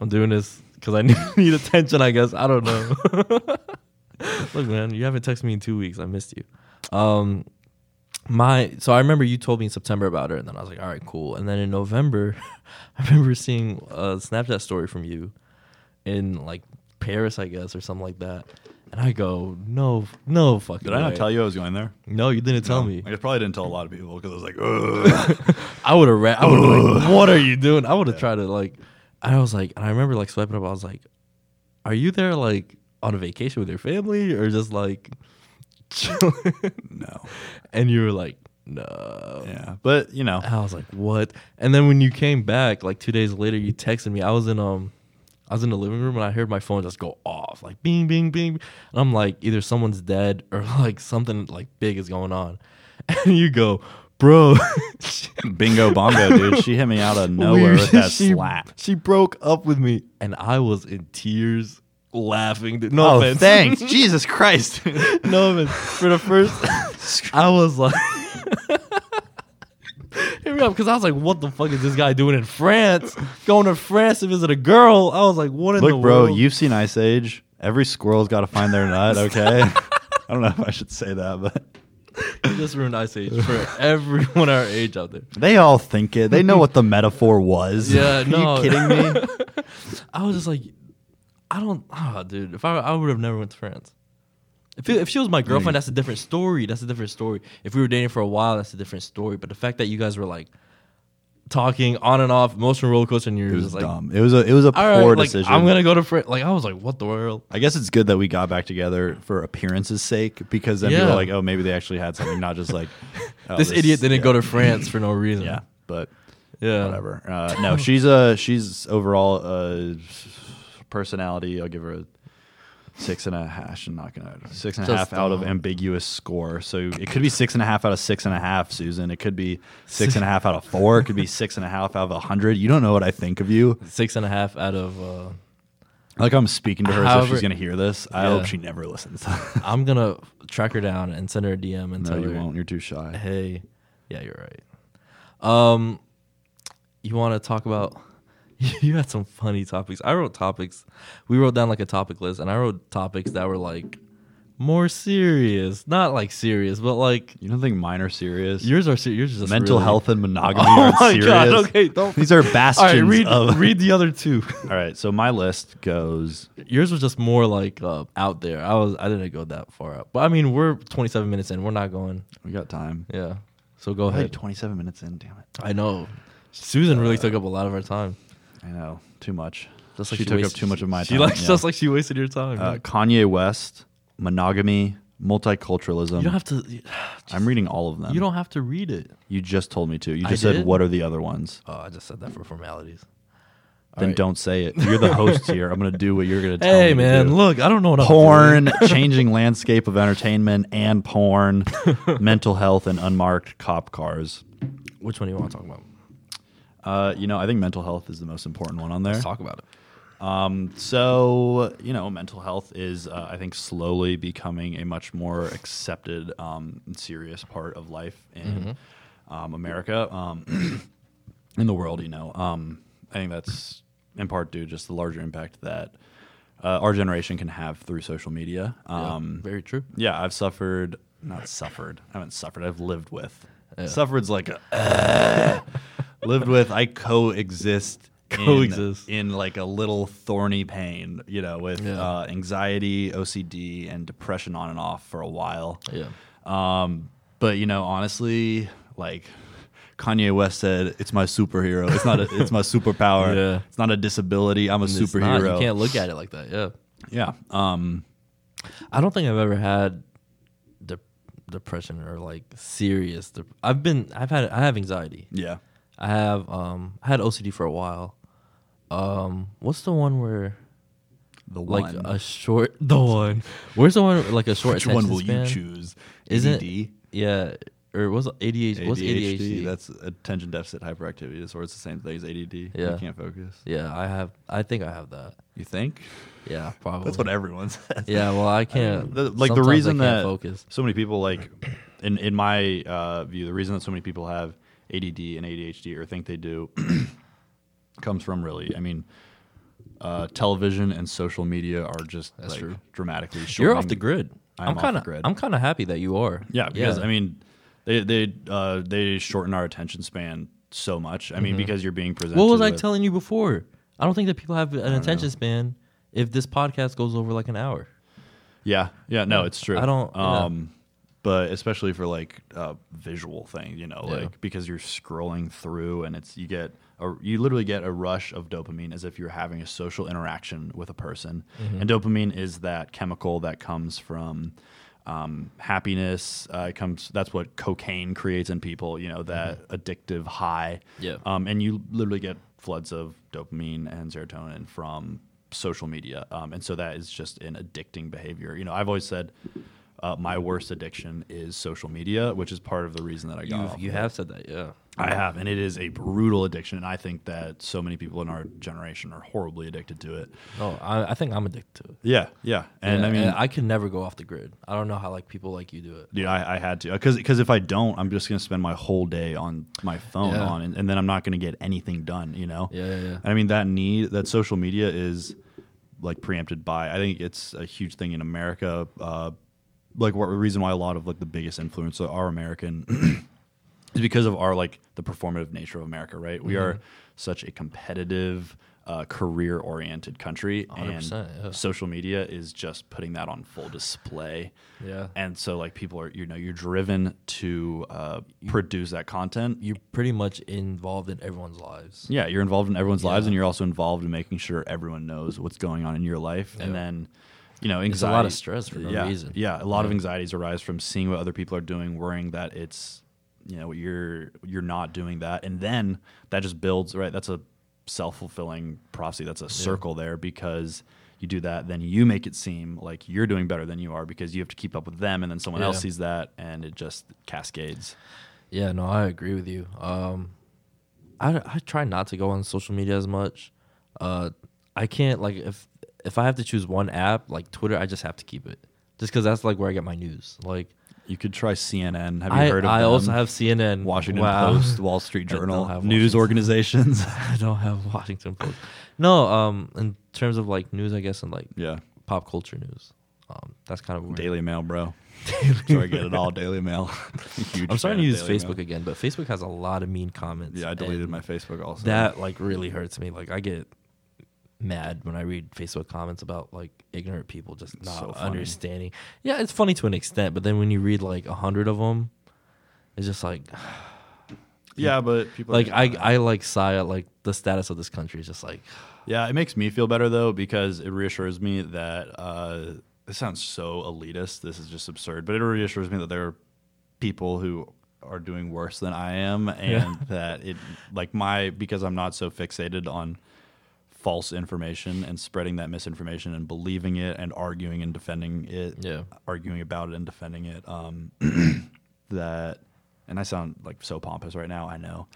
S1: I'm doing this because I need, need attention. I guess I don't know. look, man, you haven't texted me in two weeks. I missed you. Um, my so I remember you told me in September about her, and then I was like, all right, cool. And then in November, I remember seeing a Snapchat story from you in like Paris, I guess, or something like that. And I go, no, no fucking.
S2: Did I not tell you I was going there?
S1: No, you didn't tell me.
S2: I probably didn't tell a lot of people because I was like, "Ugh."
S1: I would have read. I would have like, what are you doing? I would have tried to like. I was like, and I remember like swiping up. I was like, are you there like on a vacation with your family or just like chilling?
S2: No.
S1: and you were like, no.
S2: Yeah. But, you know,
S1: And I was like, what? And then when you came back, like two days later, you texted me. I was in um, I was in the living room and I heard my phone just go off, like bing, bing, bing. And I'm like, either someone's dead or like something like big is going on. And you go, bro,
S2: bingo bongo, dude. She hit me out of nowhere with that
S1: she,
S2: slap.
S1: She broke up with me, and I was in tears, laughing. dude. No
S2: Oh,
S1: offense,
S2: thanks. Jesus Christ.
S1: no offense. For the first, I was like, hear me up, because I was like, what the fuck is this guy doing in France? Going to France to visit a girl? I was like, what in the
S2: Look, bro,
S1: world?
S2: you've seen Ice Age. Every squirrel's got to find their nut, okay? I don't know if I should say that, but
S1: You just ruined Ice Age for everyone our age out there.
S2: they all think it. They know what the metaphor was.
S1: Yeah,
S2: Are
S1: no.
S2: you kidding me?
S1: I was just like, I don't, ah, dude. If I, I would have never went to France. If, it- if she was my girlfriend, that's a different story. That's a different story. If we were dating for a while, that's a different story. But the fact that you guys were like talking on and off, emotional roller coaster, and you're
S2: It was
S1: just like,
S2: dumb. It was a it was a
S1: all right,
S2: poor
S1: like,
S2: decision.
S1: I'm gonna go to France. Like I was like, what the world?
S2: I guess it's good that we got back together for appearances' sake because then people
S1: Yeah.
S2: are like, oh, maybe they actually had something, not just like oh,
S1: this, idiot didn't
S2: yeah,
S1: go to France for no reason.
S2: Yeah, but
S1: yeah.
S2: whatever. Uh, no, she's uh she's overall uh personality. I'll give her a six and a half. I'm not gonna six and a half
S1: Just
S2: out of
S1: dumb.
S2: ambiguous score. So it could be six and a half out of six and a half, Susan. It could be six and a half out of four. It could be six and a half out of a hundred. You don't know what I think of you.
S1: Six and a half out of. Uh,
S2: Like I'm speaking to her, so
S1: However-
S2: she's gonna hear this. I
S1: Yeah.
S2: hope she never listens.
S1: I'm gonna track her down and send her a DM and
S2: no,
S1: tell
S2: you
S1: her,
S2: won't. You're too shy.
S1: hey, yeah, you're right. Um, you want to talk about? You had some funny topics. I wrote topics. We wrote down like a topic list, and I wrote topics that were like more serious, not like serious, but like
S2: You don't think mine are serious?
S1: yours are serious. Yours is just
S2: Mental
S1: really-
S2: health and monogamy
S1: Oh
S2: are
S1: my
S2: serious.
S1: God, okay, don't-
S2: These are
S1: All
S2: bastions
S1: right, read
S2: of.
S1: read the other two.
S2: All right, so my list goes
S1: Yours was just more like uh, out there. I was I didn't go that far up, but I mean we're 27 minutes in. We're not going.
S2: We got time.
S1: Yeah, so go
S2: Like
S1: ahead.
S2: 27 minutes in, damn it.
S1: I know. Susan really
S2: Uh,
S1: took up a lot of our time.
S2: I know, too much.
S1: Just
S2: she,
S1: like
S2: took
S1: wasted-
S2: up too much of my
S1: she
S2: time.
S1: Like,
S2: yeah.
S1: Just like she wasted your time.
S2: uh,
S1: man.
S2: Kanye West, monogamy, multiculturalism.
S1: you don't have to. You,
S2: I'm reading all of them.
S1: don't have to read it.
S2: You just told me to. You
S1: I
S2: just said
S1: did?
S2: what are the other ones?
S1: Oh, I just said that for formalities.
S2: then
S1: right.
S2: don't say it. You're the host here. I'm gonna do what you're gonna tell me.
S1: Hey
S2: to
S1: man,
S2: do.
S1: look, I don't know what I'm doing.
S2: Porn, changing landscape of entertainment and porn, mental health, and unmarked cop cars.
S1: Which one do you want to talk about?
S2: Uh, you know, I think mental health is the most important one on there.
S1: Let's talk about it.
S2: Um, so you know, mental health is, uh, I think, slowly becoming a much more accepted um, and serious part of life in um, America, um, in the world. You know, um, I think that's in part due just the larger impact that uh, our generation can have through social media. Um,
S1: Very true.
S2: yeah. I've suffered, not suffered. I haven't suffered. I've lived with.
S1: Yeah.
S2: Suffered's like a lived with. I coexist. in-
S1: Coexist.
S2: in, like a little thorny pain, you know, with
S1: Yeah.
S2: uh, anxiety, OCD, and depression on and off for a while.
S1: Yeah.
S2: Um, but you know, honestly, like Kanye West said, "It's my superhero. It's not. A, it's my superpower.
S1: Yeah.
S2: It's not a disability. I'm a
S1: It's not-
S2: superhero.
S1: you can't look at it like that. Yeah.
S2: Yeah. Um,
S1: I don't think I've ever had de- depression or like serious. dep I've been. I've had. I have anxiety.
S2: yeah.
S1: I have. Um. I had OCD for a while. Um. What's the one where?
S2: The
S1: like uh,
S2: one.
S1: a short the one where's the one like a short
S2: Which one
S1: attention
S2: will you
S1: span?
S2: choose?
S1: Isn't-
S2: ADD?
S1: yeah or was ADHD, what's ADHD
S2: That's attention deficit hyperactivity disorder. It's the same thing as ADD.
S1: Yeah.
S2: You can't focus.
S1: yeah I have I think I have that
S2: You think?
S1: yeah probably
S2: That's what everyone says.
S1: yeah well I can't
S2: The- like the
S1: sometimes I
S2: reason
S1: can't
S2: that
S1: focus
S2: so many people like, in in my uh, view, the reason that so many people have ADD and ADHD or think they do comes from really, I mean, uh, television and social media are just
S1: That's
S2: like,
S1: true.
S2: dramatically.
S1: you're off
S2: shortening-
S1: the grid
S2: I am
S1: I'm
S2: off the
S1: kind of
S2: grid.
S1: I'm kind of happy that you are
S2: Yeah, because I mean, they they uh, they shorten our attention span so much. I
S1: Mm-hmm.
S2: mean, because you're being presented.
S1: what was I
S2: with-
S1: telling you before I don't think that people have an attention span if this podcast goes over like an hour
S2: Yeah, yeah, no, it's true.
S1: I don't- yeah.
S2: Um, but especially for like uh, visual thing, you know,
S1: Yeah.
S2: like because you're scrolling through and it's you get a, you literally get a rush of dopamine as if you're having a
S1: Mm-hmm.
S2: social interaction with a person, and dopamine is that chemical that comes from um, happiness uh, it comes that's what cocaine creates in people you know that addictive high
S1: Mm-hmm. Yeah.
S2: um, and you literally get floods of dopamine and serotonin from social media um, and so that is just an addicting behavior you know i've always said uh, my worst addiction is social media which is part of the reason that i
S1: You
S2: got off
S1: you
S2: of it.
S1: have said that, yeah.
S2: I have, and it is a brutal addiction. And I think that so many people in our generation are horribly addicted to it.
S1: Oh, I, I think I'm addicted to it.
S2: Yeah, yeah. And
S1: Yeah,
S2: I mean,
S1: I can never go off the grid. I don't know how like people like you do it.
S2: dude, I, I had to because because if I don't, I'm just gonna spend my whole day on my phone
S1: Yeah.
S2: on, and, and then I'm not gonna get anything done. You know.
S1: Yeah, yeah, yeah.
S2: And I mean that need that social media is like preempted by. I think it's a huge thing in America. Uh, like what reason why a lot of like the biggest influencers are American is because of our like the performative nature of America, right? We
S1: Mm-hmm.
S2: are such a competitive, uh, career-oriented country, and
S1: 100%, yeah.
S2: social media is just putting that on full display.
S1: Yeah.
S2: and so like people are, you know, you're driven to uh, produce that content.
S1: You're pretty much involved in everyone's lives.
S2: Yeah, you're involved in everyone's lives,
S1: Yeah.
S2: and you're also involved in making sure everyone knows what's going on in your life.
S1: Yeah.
S2: And then, you know,
S1: It's a
S2: anxiety.
S1: lot of stress for no
S2: yeah,
S1: reason.
S2: Yeah, a lot of anxieties arise from seeing what other people are doing, worrying that it's, you know, you're you're not doing that, and then that just builds. Right, that's a self fulfilling prophecy. That's a circle there because. You do that, then you make it seem like you're doing better than you are because you have to keep up with them, and then someone else
S1: Yeah.
S2: sees that, and it just cascades.
S1: Yeah, no, I agree with you. Um, I, I try not to go on social media as much. Uh, I can't like if if I have to choose one app like Twitter, I just have to keep it just because that's like where I get my news. Like
S2: You could try CNN. Have you
S1: I,
S2: heard of
S1: I
S2: them?
S1: also have CNN,
S2: Washington
S1: Mm-hmm. Wow.
S2: Post, Wall Street
S1: I don't
S2: Journal,
S1: have
S2: news
S1: Washington.
S2: organizations.
S1: I don't have Washington Post. No, um, in terms of like news, I guess, and like
S2: yeah,
S1: pop culture news, um, that's kind of weird.
S2: Daily Mail, bro. Sorry, get it all. Daily Mail. Huge
S1: I'm starting
S2: fan
S1: to
S2: of
S1: use
S2: Daily
S1: Facebook again, but Facebook has a lot of mean comments.
S2: Mail. Yeah, I
S1: and
S2: deleted my Facebook also.
S1: That like really hurts me. Like I get mad when I read Facebook comments about like ignorant people just not
S2: so funny.
S1: understanding. Yeah, it's funny to an extent, but then when you read like a hundred of them, it's just like
S2: yeah, but people
S1: like I I like sigh at like the status of this country is just like
S2: Yeah, it makes me feel better though because it reassures me that uh, this sounds so elitist. This is just absurd, but it reassures me that there are people who are doing worse than I am, and that it like my because I'm not so fixated on false information and spreading that misinformation and believing it and arguing and defending it,
S1: Yeah.
S2: arguing about it and defending it. Um, that. And I sound like so pompous right now. I know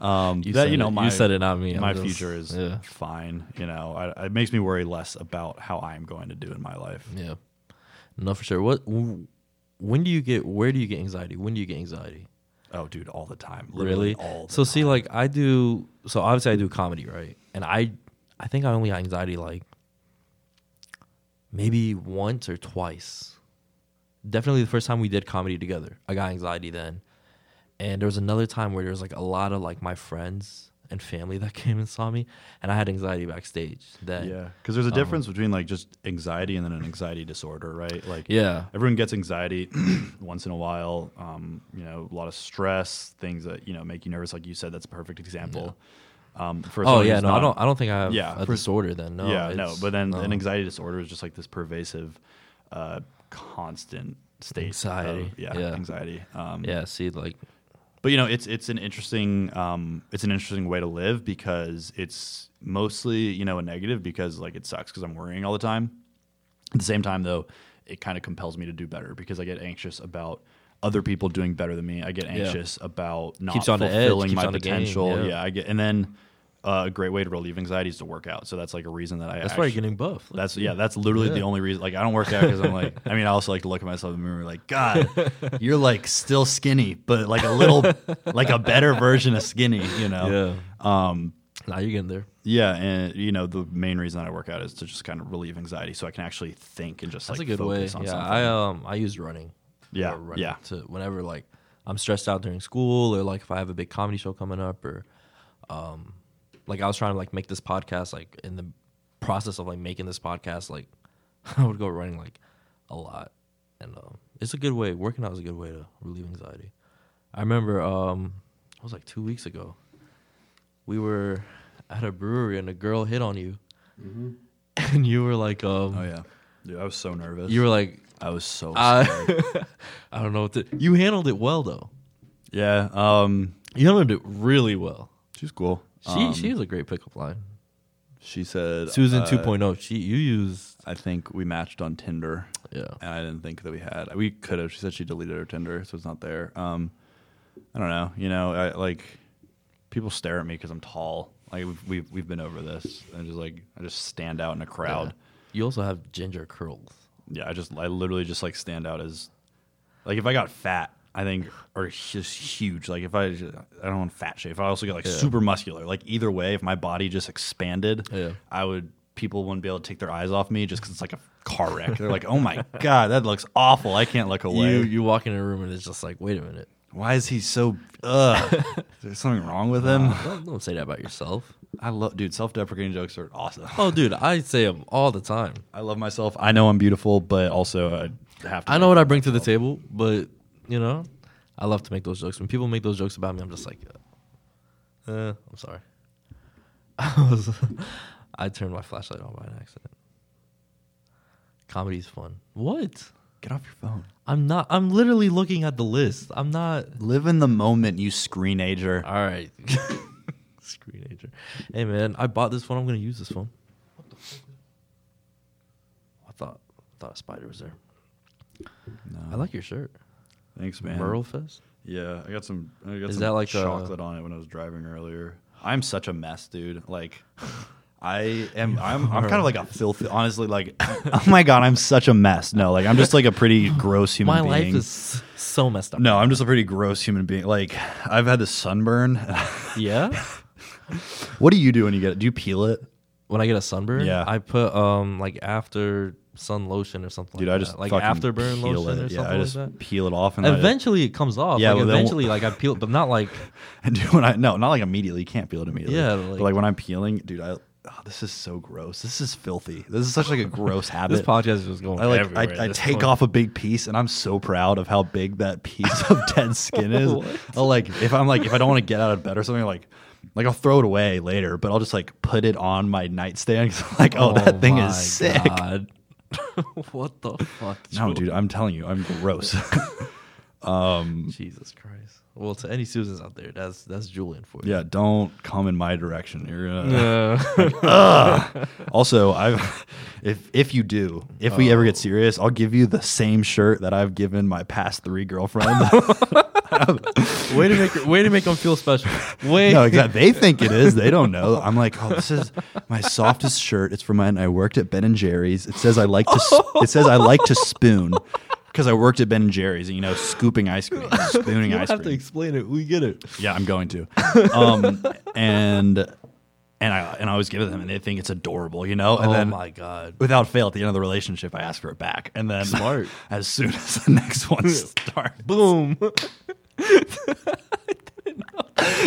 S2: um,
S1: you
S2: that
S1: said
S2: you know
S1: it.
S2: my
S1: you said it not me. I'm
S2: my
S1: just-
S2: future is
S1: yeah
S2: fine. You know, I, it makes me worry less about how I'm going to do in my life.
S1: yeah no for sure. What when do you get where do you get anxiety? When do you get anxiety?
S2: Oh, dude, all the time.
S1: really
S2: Literally All the
S1: so see like i do so obviously i do comedy right and i i think i only got anxiety like maybe once or twice definitely the first time we did comedy together i got anxiety then and there was another time where there was like a lot of like my friends and family that came and saw me and i had anxiety backstage then
S2: Yeah, because
S1: Oh.
S2: there's a difference between like just anxiety and then an anxiety disorder, right? Like,
S1: yeah
S2: everyone gets anxiety once in a while. Um, you know, a lot of stress, things that you know make you nervous. Like you said, that's a perfect example. Um, for
S1: oh
S2: someone
S1: yeah
S2: who's
S1: no i
S2: not-
S1: don't i don't think i have
S2: Yeah,
S1: a
S2: for-
S1: disorder then no
S2: yeah, no.
S1: it's- oh.
S2: But then
S1: no.
S2: an anxiety disorder is just like this pervasive, uh, constant state. of-
S1: Anxiety,
S2: yeah,
S1: yeah.
S2: anxiety. Um,
S1: yeah see like
S2: but you know it's it's an interesting um, it's an interesting way to live because it's mostly you know a negative because like it sucks because I'm worrying all the time. At the same time though, it kind of compels me to do better because I get anxious about other people doing better than me. I get anxious about not
S1: Keeps you on the edge,
S2: fulfilling
S1: keeps
S2: my
S1: you on the game,
S2: potential.
S1: yeah.
S2: yeah. I get and then uh, a great way to relieve anxiety is to work out. So that's like a reason that I
S1: that's why
S2: actually,
S1: you're getting buff Look
S2: that's
S1: at you.
S2: yeah. That's literally
S1: Yeah.
S2: the only reason. Like I don't work out because I'm like. I mean, I also like to look at myself in the mirror. Like God, you're like still skinny, but like a little, like a better version of skinny. You know. Yeah. Um.
S1: now you're getting there
S2: Yeah, and you know the main reason that I work out is to just kind of relieve anxiety, so I can actually think and just
S1: That's
S2: like
S1: a good way.
S2: focus on
S1: Yeah,
S2: something.
S1: I um I use running.
S2: Yeah,
S1: Or running
S2: yeah.
S1: To whenever like I'm stressed out during school or like if I have a big comedy show coming up or um like I was trying to like make this podcast like in the process of like making this podcast like I would go running like a lot and um it's a good way working out is a good way to relieve anxiety. I remember um it was like 2 weeks ago. We were at a brewery and a girl
S2: Mm-hmm.
S1: hit on you. And you were like um
S2: oh yeah, dude, I was so nervous.
S1: you were like,
S2: I was so
S1: Uh, I don't know. What to, you handled it well though.
S2: yeah. Um,
S1: You handled it really well.
S2: she's cool.
S1: She
S2: Um,
S1: she was a great pickup line.
S2: she said
S1: Susan
S2: uh,
S1: 2.0. oh. She you used
S2: I think we matched on Tinder.
S1: yeah.
S2: and I didn't think that we had. We could have. She said she deleted her Tinder, so it's not there. Um, I don't know. You know, I, like people stare at me because I'm tall. Like we've, we've we've been over this. I just like I just stand out in a crowd.
S1: You also have ginger curls.
S2: Yeah, I just I literally just like stand out as like if I got fat, I think or just huge. Like if I just, I don't want fat shape. If I also got like super muscular. Like either way, if my body just expanded,
S1: Yeah.
S2: I would. People wouldn't be able to take their eyes off me just because it's like a car wreck. They're like, "Oh my god, that looks awful! I can't look away."
S1: You you walk in a room and it's just like, wait a minute.
S2: Why is he so? Ugh. There's something wrong with him.
S1: Don't, don't say that about yourself.
S2: I love, dude. Self-deprecating jokes are awesome.
S1: Oh, dude, I say them all the time.
S2: I love myself. I know I'm beautiful, but also I have to.
S1: I know what I bring to the table, but you know, I love to make those jokes. When people make those jokes about me, I'm just like, uh, uh, I'm sorry. I was, I turned my flashlight on by an accident. Comedy's fun. What?
S2: Get off your phone.
S1: I'm not. I'm literally looking at the list. I'm not.
S2: Live in the moment, you screenager.
S1: All right. Screenager. Hey man, I bought this one. I'm gonna use this one. What the fuck? I thought I thought a spider was there. I
S2: No.
S1: like your shirt.
S2: Thanks, man.
S1: Merle Fest?
S2: Yeah, I got some. I got
S1: Is
S2: some
S1: that like a-
S2: chocolate on it when I was driving earlier. I'm such a mess, dude. Like, I am. I'm. I'm kind of like a filthy. Honestly, like, oh my god, I'm such a mess. No, like I'm just like a pretty gross human.
S1: My life
S2: being.
S1: is so messed up.
S2: No, I'm just a pretty gross human being. Like I've had this sunburn.
S1: Yeah?
S2: what do you do when you get it? Do you peel it?
S1: When I get a sunburn,
S2: Yeah.
S1: I put um like after sun lotion or something
S2: Dude,
S1: like
S2: I just
S1: that. Like
S2: fucking
S1: afterburn
S2: peel
S1: lotion
S2: it.
S1: or something
S2: yeah, I just
S1: like that.
S2: peel it off and I-
S1: Eventually it comes off.
S2: Yeah,
S1: like
S2: well, then-
S1: eventually like I peel it, but not like
S2: and do when I no, not like immediately. You can't peel it immediately.
S1: Yeah,
S2: like,
S1: like-
S2: but like when I'm peeling, dude, I oh, this is so gross. This is filthy. This is such like a gross habit.
S1: this podcast is just going
S2: I like
S1: everywhere
S2: I, I
S1: at this
S2: take
S1: point.
S2: off a big piece and I'm so proud of how big that piece of dead skin is.
S1: What?
S2: I'll like if I'm like if I don't want to get out of bed or something like like I'll throw it away later, but I'll just like put it on my nightstand. 'cause I'm like, oh, that thing
S1: my
S2: is sick.
S1: God. what the fuck?
S2: No,
S1: Joe?
S2: dude, I'm telling you, I'm gross.
S1: Jesus Christ. Well, to any Susans out there, that's that's Julian for you.
S2: yeah, don't come in my direction. You're gonna.
S1: Uh,
S2: Also, I, if if you do, if we
S1: Oh.
S2: ever get serious, I'll give you the same shirt that I've given my past three girlfriends.
S1: Oh way to make way to make them feel special. Way
S2: no, exactly. They think it is. They don't know. I'm like, oh, this is my softest shirt. It's from when I worked at Ben and Jerry's. It says I like to. Sp- it says I like to spoon because I worked at Ben and Jerry's and you know scooping ice cream, spooning
S1: you
S2: ice
S1: have to
S2: cream.
S1: explain it. We get it.
S2: Yeah, I'm going to. Um, and and I and I always give it to them, and they think it's adorable, you know. And
S1: oh
S2: then uh,
S1: my God.
S2: without fail, at the end of the relationship, I ask for it back, and then
S1: Smart.
S2: as soon as the next one starts,
S1: Boom.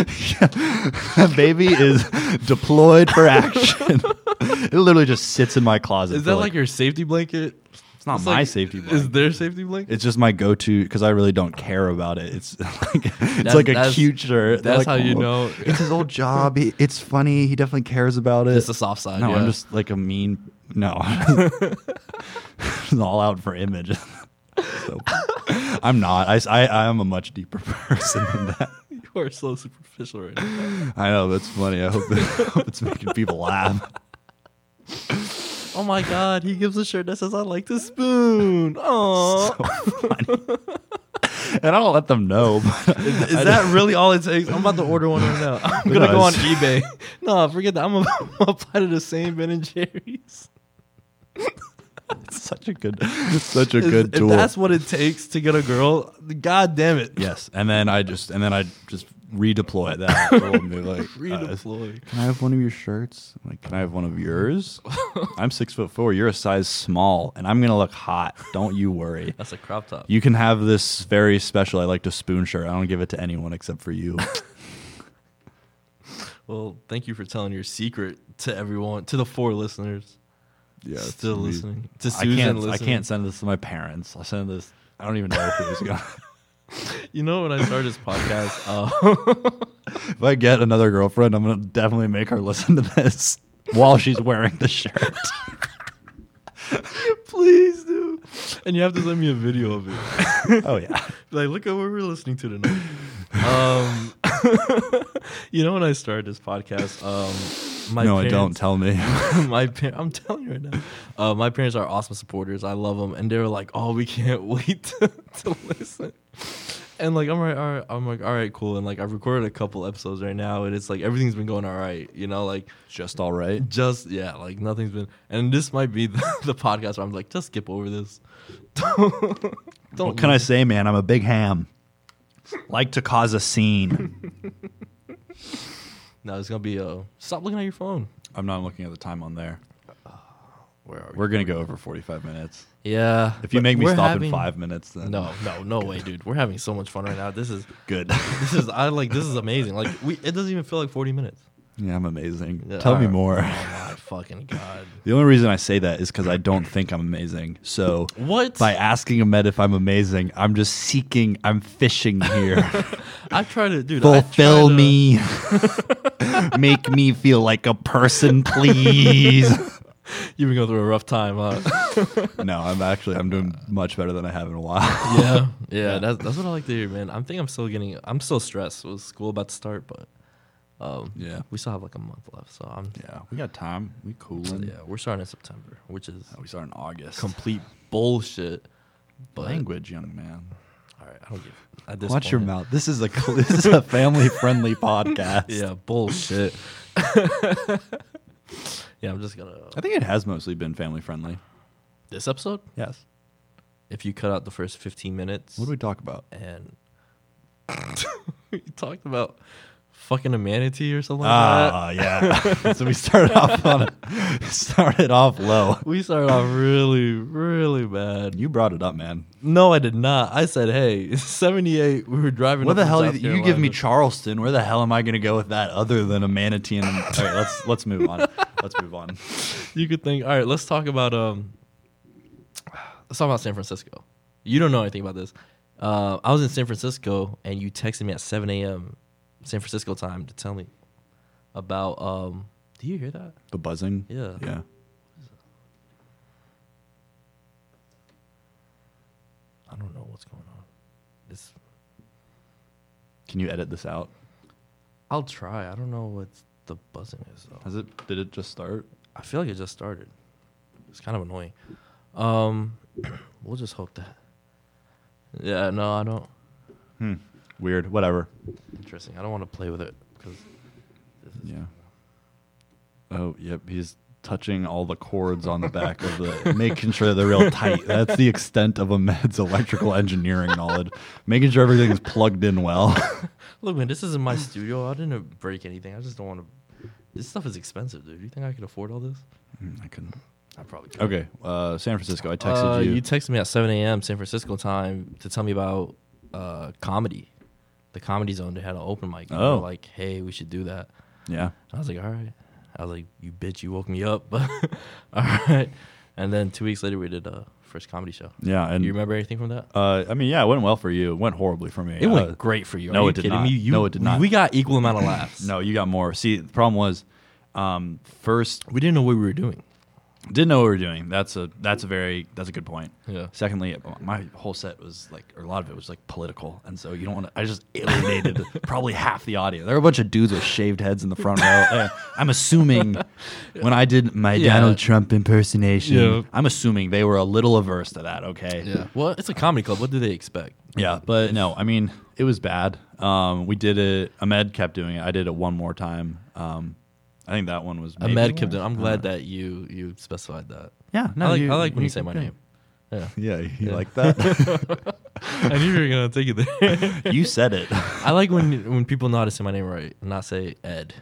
S2: that baby is deployed for action. it literally just sits in my closet.
S1: Is
S2: for
S1: that like your safety blanket?
S2: it's not
S1: It's
S2: my
S1: like-
S2: safety
S1: Is
S2: blanket.
S1: their safety blanket?
S2: It's just my go-to because I really don't care about it. It's like it's
S1: That's-
S2: like a
S1: that's-
S2: cute shirt. They're
S1: that's
S2: like,
S1: how you
S2: "Oh,
S1: know."
S2: it's his old job. He- it's funny. He definitely cares about it.
S1: It's the soft side.
S2: No, I'm
S1: yeah.
S2: just like a mean. No, all out for image. So- I'm not. I, I I am a much deeper person than that.
S1: you are so superficial right now.
S2: I know that's funny. I hope, I hope it's making people laugh.
S1: Oh my God. He gives a shirt that says I like the spoon. Oh.
S2: And I don't let them know. But
S1: Is that really all it takes? I'm about to order one right now. I'm
S2: No,
S1: gonna go on
S2: it's-
S1: eBay. No, forget that. I'm gonna I'm gonna apply to the same Ben and Jerry's.
S2: it's such a good, such a
S1: Is-
S2: good tool.
S1: If that's what it takes to get a girl, god damn it.
S2: yes, and then I just and then I just redeploy that. little new, like, uh,
S1: Redeploy.
S2: can I have one of your shirts? I'm like, can I have one of yours? I'm six foot four. You're a size small, and I'm gonna look hot. Don't you worry.
S1: That's a crop top.
S2: You can have this very special. I like to spoon shirt. I don't give it to anyone except for you.
S1: Well, thank you for telling your secret to everyone, to the four listeners
S2: yeah, it's
S1: still
S2: gonna be-
S1: listening, to
S2: I
S1: Susan
S2: can't. I
S1: listening.
S2: can't send this to my parents. I'll send this. I don't even know if it was going.
S1: You know when I started this podcast, uh,
S2: if I get another girlfriend, I'm gonna definitely make her listen to this while she's wearing the shirt.
S1: please do. and you have to send me a video of it.
S2: Oh yeah.
S1: Like, look at what we're listening to tonight. Um, you know, when I started this podcast, um, my
S2: no, I
S1: parents,
S2: don't. Tell me.
S1: my par- I'm telling you right now, uh, my parents are awesome supporters. I love them, and they were like, "Oh, we can't wait to, to listen." And like I'm right, all right, I'm like, all right, cool. And like I've recorded a couple episodes right now, and it's like everything's been going all right, you know, like
S2: Just all right.
S1: just yeah, like nothing's been. And this might be the, the podcast where I'm like, just skip over this. don't.
S2: What can I say, man? I'm a big ham. Like to cause a scene.
S1: No, it's gonna be a stop looking at your phone.
S2: I'm not looking at the time on there.
S1: Where are we?
S2: We're gonna go over 45 minutes.
S1: yeah.
S2: If you
S1: but
S2: make me
S1: we're
S2: stop in
S1: having-
S2: five minutes, then
S1: No, no, no way, dude. We're having so much fun right now. This is
S2: good.
S1: this is I like this is amazing. Like we it doesn't even feel like 40 minutes.
S2: yeah, I'm amazing.
S1: Yeah,
S2: Tell me
S1: alright.
S2: more.
S1: Oh my fucking god.
S2: The only reason I say that is because I don't think I'm amazing. So
S1: What?
S2: by asking Ahmed if I'm amazing, I'm just seeking. I'm fishing here.
S1: I try to dude. I
S2: Fulfill
S1: try to-
S2: me. Make me feel like a person, please.
S1: You've been going through a rough time, huh?
S2: no, I'm actually I'm doing much better than I have in a while.
S1: yeah, yeah. That's that's what I like to hear, man. I think I'm still getting. I'm still stressed with school about to start, but um,
S2: Yeah.
S1: we still have like a month left, so I'm.
S2: Yeah, we got time. We coolin'.
S1: Yeah, we're starting in September, which is
S2: We start in August.
S1: complete bullshit. But
S2: Language, young man.
S1: all right, I don't give. At this
S2: Watch your
S1: point-
S2: mouth. This is a cl- this is a family friendly podcast.
S1: Yeah, bullshit. yeah, I'm just gonna.
S2: I think it has mostly been family friendly.
S1: This episode,
S2: Yes.
S1: if you cut out the first 15 minutes,
S2: What do we talk about?
S1: and we talked about fucking a manatee or something like that.
S2: Ah, yeah. so we started off on a, started off low.
S1: We started off really, really bad.
S2: You brought it up, man.
S1: No, I did not. I said, "Hey, 78. We were driving.
S2: What
S1: up
S2: the
S1: from
S2: hell?
S1: South
S2: You give me
S1: Carolina.
S2: Charleston. Where the hell am I going to go with that other than a manatee? And all right, let's let's move on. Let's move on.
S1: you could think. All right, let's talk about um. Let's talk about San Francisco. You don't know anything about this. Uh, I was in San Francisco, and you texted me at 7 a.m. San Francisco time to tell me about um. Do you hear that?
S2: The buzzing.
S1: Yeah.
S2: Yeah.
S1: I don't know what's going on. It's
S2: Can you edit this out?
S1: I'll try. I don't know what the buzzing is though.
S2: Has it? Did it just start?
S1: I feel like it just started. It's kind of annoying. Um, we'll just hope that. Yeah, no, I don't.
S2: Hmm. Weird. Whatever.
S1: Interesting. I don't want to play with it because.
S2: Yeah. Oh, yep. He's touching all the cords on the back of the, making sure they're real tight. That's the extent of Ahmed's electrical engineering knowledge. Making sure everything's plugged in well.
S1: Look, man, this isn't my studio. I didn't break anything. I just don't want to. This stuff is expensive, dude. You think I could afford all this?
S2: I couldn't.
S1: I probably could.
S2: Okay. Uh, San Francisco. I texted
S1: Uh,
S2: you.
S1: You texted me at 7 a.m. San Francisco time to tell me about uh, comedy, the comedy zone. They had an open mic. And they were
S2: Oh.
S1: like, hey, we should do that.
S2: yeah.
S1: I was like, all right. I was like, you bitch, you woke me up. all right. And then two weeks later, we did a first comedy show.
S2: Yeah. And
S1: Do you remember anything from that?
S2: Uh, I mean, yeah, it went well for you. It went horribly for me.
S1: It went
S2: Uh,
S1: great for you. Are
S2: no,
S1: you
S2: it did
S1: kidding
S2: not.
S1: me? You,
S2: No, it did not.
S1: We got equal amount of laughs.
S2: No, you got more. See, the problem was, um, first
S1: we didn't know what we were doing.
S2: didn't know what we were doing. That's a that's a very that's a good point.
S1: Yeah.
S2: Secondly, my whole set was like, or a lot of it was like political, and so you don't want to. I just alienated probably half the audience. There were a bunch of dudes with shaved heads in the front row. Uh, I'm assuming when I did my
S1: Yeah.
S2: Donald Trump impersonation,
S1: Yeah.
S2: I'm assuming they were a little averse to that. Okay.
S1: Yeah. Well, it's a comedy club. What do they expect?
S2: Yeah, but no, I mean it was bad. Um, we did it. Ahmed kept doing it. I did it one more time. Um, I think that one was maybe
S1: Ahmed Kibden.
S2: worse.
S1: I'm glad that you you specified that.
S2: Yeah, no,
S1: I like,
S2: you-
S1: I like when
S2: you
S1: you say my
S2: did.
S1: name. Yeah.
S2: Yeah, you like that?
S1: I knew you were gonna take it there.
S2: you said it,
S1: I like when when people know how to say my name right and not say Ed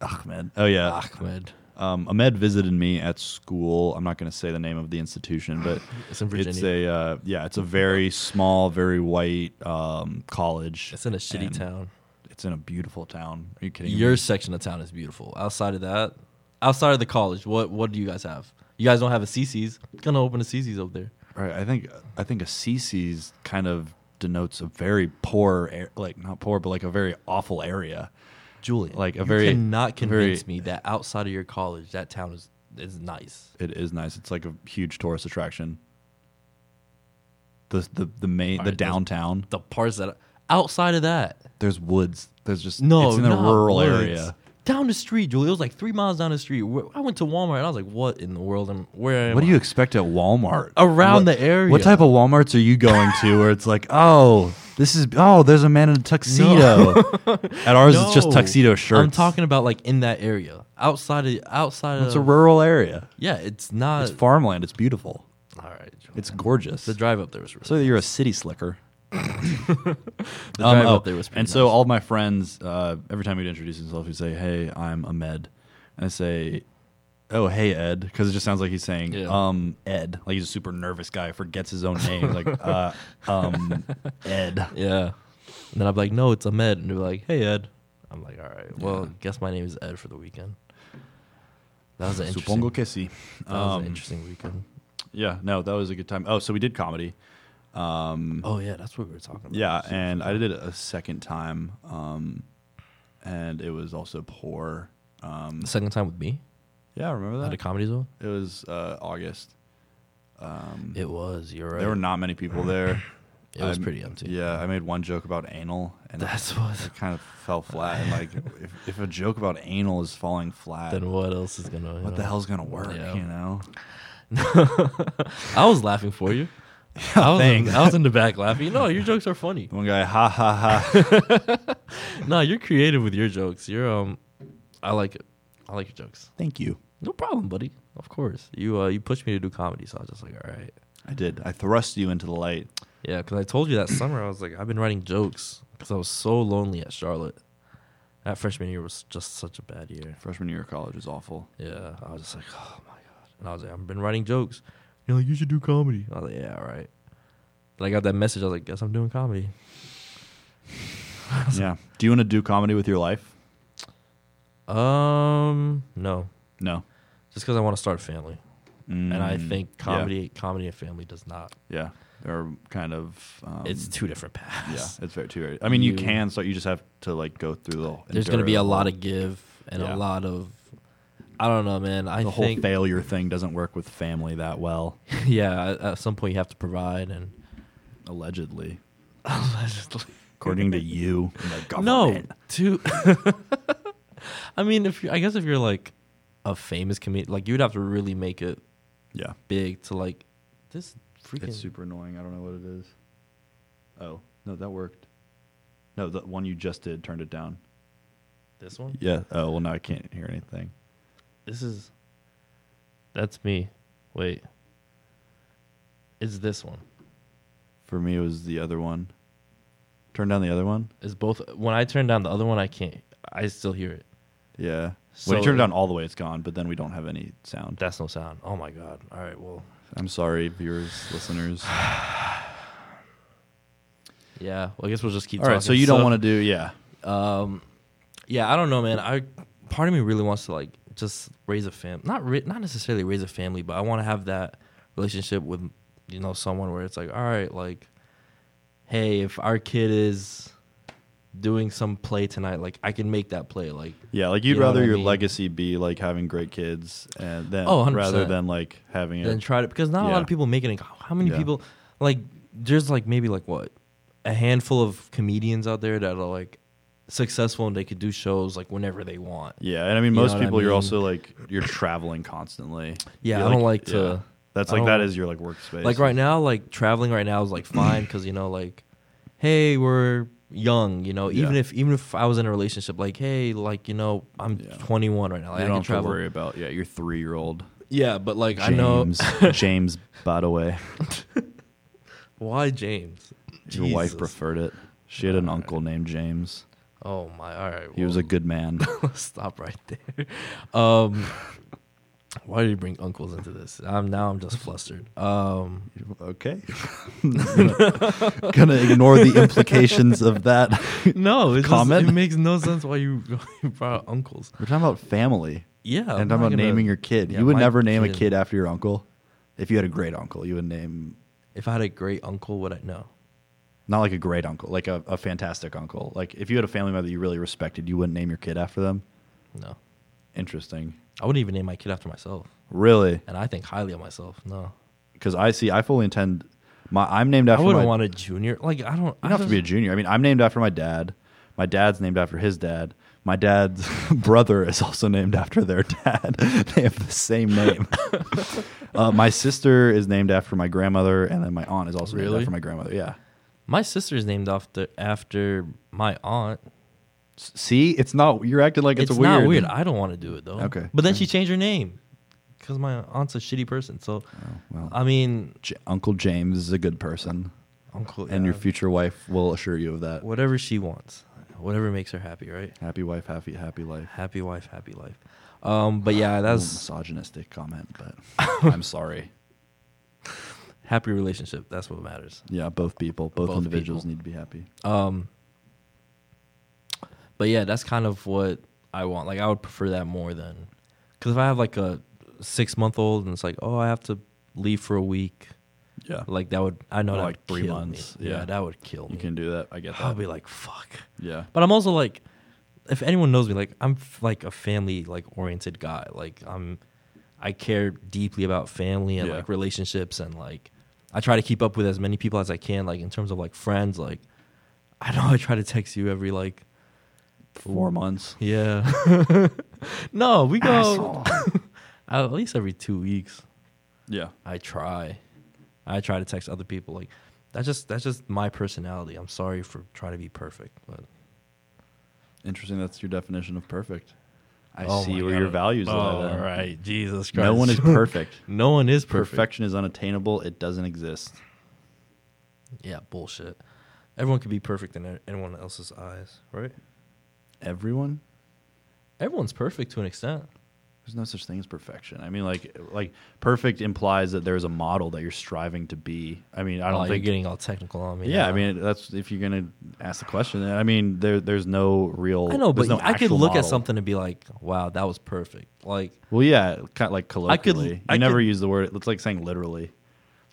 S2: Ahmed. Oh yeah,
S1: Ahmed.
S2: um, Ahmed visited me at school. I'm not going to say the name of the institution, but
S1: It's in Virginia.
S2: It's a uh, yeah, it's a very small, very white um, college.
S1: It's in a shitty
S2: and
S1: town.
S2: It's in a beautiful town. Are you kidding?
S1: Your
S2: me?
S1: section of town is beautiful. Outside of that, outside of the college, what what do you guys have? You guys don't have a CC's. Gonna open a CC's up there.
S2: All right, I think I think a CC's kind of denotes a very poor, ar- like not poor, but like a very awful area.
S1: Julian,
S2: Like a
S1: you
S2: very-
S1: cannot
S2: a very-
S1: convince me that outside of your college, that town is is nice.
S2: It is nice. It's like a huge tourist attraction. the the, the main the
S1: Alright, there's-
S2: downtown.
S1: The parts that outside of that,
S2: There's woods. There's just
S1: no,
S2: It's in a
S1: not
S2: rural
S1: woods.
S2: area.
S1: Down the street, Julie. It was like three miles down the street. Where- I went to Walmart and I was like, "What in the world? Am where am
S2: What do
S1: I?
S2: you expect at Walmart?
S1: Around
S2: What-
S1: the area.
S2: What type of WalMarts are you going to where it's like, oh, this is, oh, there's a man in a tuxedo. At ours, it's just
S1: No.
S2: tuxedo shirts.
S1: I'm talking about like in that area, outside of outside
S2: It's a
S1: of.
S2: rural area.
S1: yeah, it's not.
S2: It's farmland. It's beautiful.
S1: all right, Julie.
S2: It's gorgeous.
S1: the drive up there was. Really,
S2: So you're a city slicker. Um, oh,
S1: the drive up there was. Pretty
S2: and so all my friends, uh, every time he'd introduce himself, he'd say, "Hey, I'm Ahmed," and I say, "Oh, hey, Ed," because it just sounds like he's saying,
S1: Yeah.
S2: "Um, Ed," like he's a super nervous guy, forgets his own name, like, uh, "Um, Ed."
S1: nice. yeah. And then I'm like, no, it's Ahmed, and they're like, hey Ed. I'm like, all right, well, guess my name is Ed for the weekend. That was an interesting.
S2: Supongo que sí.
S1: that was an
S2: Um,
S1: interesting weekend.
S2: yeah, no, that was a good time. Oh, so we did comedy. Um,
S1: Oh yeah, that's what we were talking about.
S2: Yeah, and I did it a second time, um, and it was also poor. Um,
S1: The second time with me
S2: yeah, remember that?
S1: at a comedy zone.
S2: It was uh, August. Um,
S1: It was. You're right.
S2: There were not many people there.
S1: it was
S2: I'm-
S1: pretty empty.
S2: Yeah, I made one joke about anal, and it,
S1: That's what.
S2: it kind of fell flat. And like, if, if a joke about anal is falling flat,
S1: Then what else is gonna?
S2: what the hell's gonna work?
S1: Yeah.
S2: You know?
S1: I was laughing for you. I was, in,
S2: thanks.
S1: I was in the back laughing. No, your jokes are funny.
S2: One guy, ha ha ha.
S1: No, you're creative with your jokes. You're um, I like it. I like your jokes.
S2: Thank you.
S1: No problem, buddy. Of course. You uh, you pushed me to do comedy, so I was just like, all right.
S2: I did. I thrust you into the light.
S1: Yeah, because I told you that summer I was like, I've been writing jokes because I was so lonely at Charlotte. That freshman year was just such a bad year.
S2: Freshman year of college was awful.
S1: Yeah, I was just like, oh my god. And I was like, I've been writing jokes. You're like, you should do comedy. I was like, yeah, all right. But I got that message. I was like, guess I'm doing comedy.
S2: yeah. Do you want to do comedy with your life?
S1: Um, no,
S2: No.
S1: just because I want to start a family, and I
S2: Mm,
S1: think
S2: yeah.
S1: comedy, comedy and family does not.
S2: Yeah, they're kind of. Um,
S1: it's two different
S2: yeah,
S1: paths.
S2: it's very too. Very, I mean, you,
S1: You-
S2: can start. You just have to like go through the.
S1: There's gonna
S2: endure
S1: be a
S2: the
S1: lot
S2: whole-
S1: of give and
S2: Yeah.
S1: a lot of, I don't know, man. I
S2: The whole
S1: think
S2: failure thing doesn't work with family that well,
S1: yeah. at- At some point, you have to provide and.
S2: allegedly,
S1: Allegedly.
S2: according to you. and the
S1: No,
S2: government.
S1: to. I mean, if you I guess if you're like a famous comedian, like you'd have to really make it
S2: Yeah,
S1: big to like this freaking.
S2: it's super annoying. I don't know what it is. Oh no, that worked. No, the one you just did turned it down.
S1: This one.
S2: Yeah. Oh well, now I can't hear anything.
S1: This is. That's me. Wait. It's this one.
S2: For me, it was the other one. Turn down the other one.
S1: It's both. When I turn down the other one, I can't. I still hear it.
S2: Yeah.
S1: So-
S2: when you turn it down all the way, it's gone. But then we don't have any sound.
S1: That's no sound. Oh my god. All right. Well.
S2: I'm sorry, viewers, listeners.
S1: Yeah. Well, I guess we'll just keep.
S2: All right, so you don't want to do, yeah.
S1: to. Um. Yeah, I don't know, man. I part of me really wants to like just raise a fam. Not ri- not necessarily raise a family, but I want to have that relationship with you know someone where it's like, all right, like, hey, if our kid is doing some play tonight, like I can make that play, like.
S2: Yeah, like you'd
S1: You know
S2: rather
S1: what I
S2: your
S1: mean?
S2: legacy be like having great kids and then
S1: Oh, 100%.
S2: rather than like having
S1: Then
S2: it.
S1: try to because not a
S2: Yeah.
S1: lot of people make it. In, co- how many
S2: Yeah.
S1: people like there's like maybe like what a handful of comedians out there that are like successful and they could do shows like whenever they want.
S2: Yeah, and I mean
S1: You know
S2: most
S1: what I
S2: people you're
S1: mean?
S2: also like you're traveling constantly.
S1: Yeah,
S2: You're,
S1: I don't like to-
S2: That's
S1: I
S2: like that
S1: don't-
S2: is your like workspace.
S1: Like right now, like traveling right now is like fine because you know like hey we're young you know
S2: Yeah.
S1: even if even if I was in a relationship like hey like you know I'm
S2: Yeah.
S1: 21 right now like,
S2: you
S1: I can
S2: don't have to
S1: travel
S2: worry about yeah your three year old
S1: yeah but like I know
S2: James. James, by the way,
S1: why James
S2: your wife
S1: Jesus. Uh,
S2: preferred it. She had an uncle named James.
S1: oh my all right
S2: He was a good man.
S1: Stop right there. Um, why did you bring uncles into this? I'm now I'm just flustered. Um,
S2: okay, gonna ignore the implications of that.
S1: no, it's
S2: Comment?
S1: Just, it makes no sense why you, you brought uncles.
S2: We're talking about family.
S1: Yeah,
S2: and
S1: not
S2: talking about
S1: gonna-
S2: naming your kid.
S1: Oh, yeah,
S2: you would
S1: my
S2: never name a
S1: kid-
S2: kid after your uncle. If you had a great uncle, you would name
S1: If I had a great uncle, would I know?
S2: not like a great uncle, like a, a fantastic uncle. Like if you had a family member that you really respected, you wouldn't name your kid after them.
S1: No,
S2: Interesting.
S1: I wouldn't even name my kid after myself,
S2: Really?
S1: and I think highly of myself. No,
S2: Because I see, I fully intend. My, I'm named
S1: I
S2: after
S1: wouldn't
S2: my.
S1: want a junior. Like I don't.
S2: you
S1: I
S2: don't have to be a
S1: just-
S2: junior. I mean, I'm named after my dad. My dad's named after his dad. My dad's brother is also named after their dad. they have the same name. uh, my sister is named after my grandmother, and then my aunt is also named
S1: Really?
S2: after my grandmother. Yeah.
S1: My sister's named after after my aunt.
S2: S- See, it's not. You're acting like it's,
S1: It's,
S2: a weird.
S1: not weird. I don't want to do it though.
S2: Okay. Mm.
S1: But then she changed her name because my aunt's a shitty person. So,
S2: Oh, well.
S1: I mean,
S2: J- Uncle James is a good person,
S1: uncle
S2: and your
S1: yeah.
S2: future wife will assure you of that.
S1: whatever she wants, whatever makes her happy, right?
S2: Happy wife, happy happy life.
S1: Happy wife, happy life. Um, but yeah,
S2: That's
S1: that's
S2: misogynistic comment, but I'm sorry.
S1: happy relationship. That's what matters.
S2: Yeah, both people, both,
S1: Both
S2: individuals
S1: people.
S2: need to be happy.
S1: Um, but yeah, that's kind of what I want. Like, I would prefer that more than because if I have like a six month old and it's like, oh, I have to leave for a week,
S2: Yeah,
S1: like that would I know
S2: Or,
S1: that
S2: like,
S1: would
S2: three
S1: kill me.
S2: months.
S1: Yeah.
S2: Yeah.
S1: that would kill me.
S2: you can do that. I get
S1: I'll
S2: that.
S1: be like, fuck.
S2: Yeah,
S1: But I'm also like, if anyone knows me, like I'm f- like a family like oriented guy. Like I'm, I care deeply about family and
S2: Yeah.
S1: like relationships and like I try to keep up with as many people as I can. Like in terms of like friends, like I know I try to text you every like
S2: four months.
S1: yeah. no, we go at least every two weeks.
S2: Yeah,
S1: I try. I try to text other people. Like that's just that's just my personality. I'm sorry for trying to be perfect, but
S2: interesting. That's your definition of perfect. I
S1: Oh
S2: see
S1: my
S2: where
S1: God.
S2: your values
S1: Oh,
S2: are. then.
S1: All right, Jesus Christ.
S2: No one is perfect.
S1: no one is perfect.
S2: Perfection is unattainable. It doesn't exist.
S1: Yeah, bullshit. Everyone could be perfect in anyone else's eyes, right?
S2: Everyone.
S1: Everyone's perfect to an extent.
S2: There's no such thing as perfection. I mean, like, like perfect implies that there's a model that you're striving to be. I mean, I
S1: Oh,
S2: don't
S1: you're
S2: think
S1: getting all technical on me.
S2: Yeah,
S1: now.
S2: I mean that's if you're gonna ask the question. I mean there there's no real.
S1: I know,
S2: there's
S1: but
S2: no
S1: I could
S2: actual
S1: look at
S2: model.
S1: something and be like, "Wow, that was perfect." Like,
S2: Well, yeah, kind of like colloquially. I
S1: could-
S2: you
S1: I
S2: never
S1: could-
S2: use the word. It's like saying literally.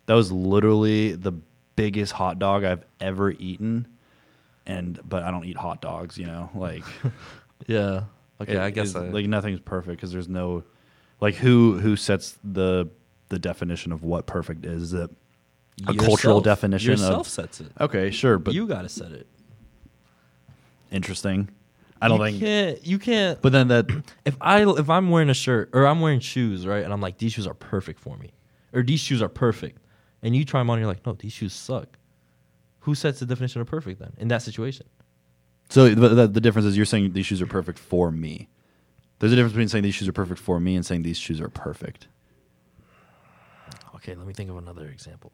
S2: That was literally the biggest hot dog I've ever eaten, and but I don't eat hot dogs. You know, like
S1: yeah, okay,
S2: it
S1: I guess
S2: is-
S1: I,
S2: like nothing's perfect because there's no like who who sets the the definition of what perfect is. Is it a cultural
S1: yourself-
S2: definition
S1: yourself
S2: of?
S1: sets it.
S2: Okay, sure, but
S1: you gotta set it.
S2: interesting. I don't
S1: you
S2: think.
S1: Can't, you can't.
S2: But then that
S1: if I if I'm wearing a shirt or I'm wearing shoes, right, and I'm like, these shoes are perfect for me, or these shoes are perfect, and you try them on, you're like, no, these shoes suck. Who sets the definition of perfect then in that situation?
S2: So the, the, the difference is you're saying these shoes are perfect for me. There's a difference between saying these shoes are perfect for me and saying these shoes are perfect.
S1: Okay, let me think of another example.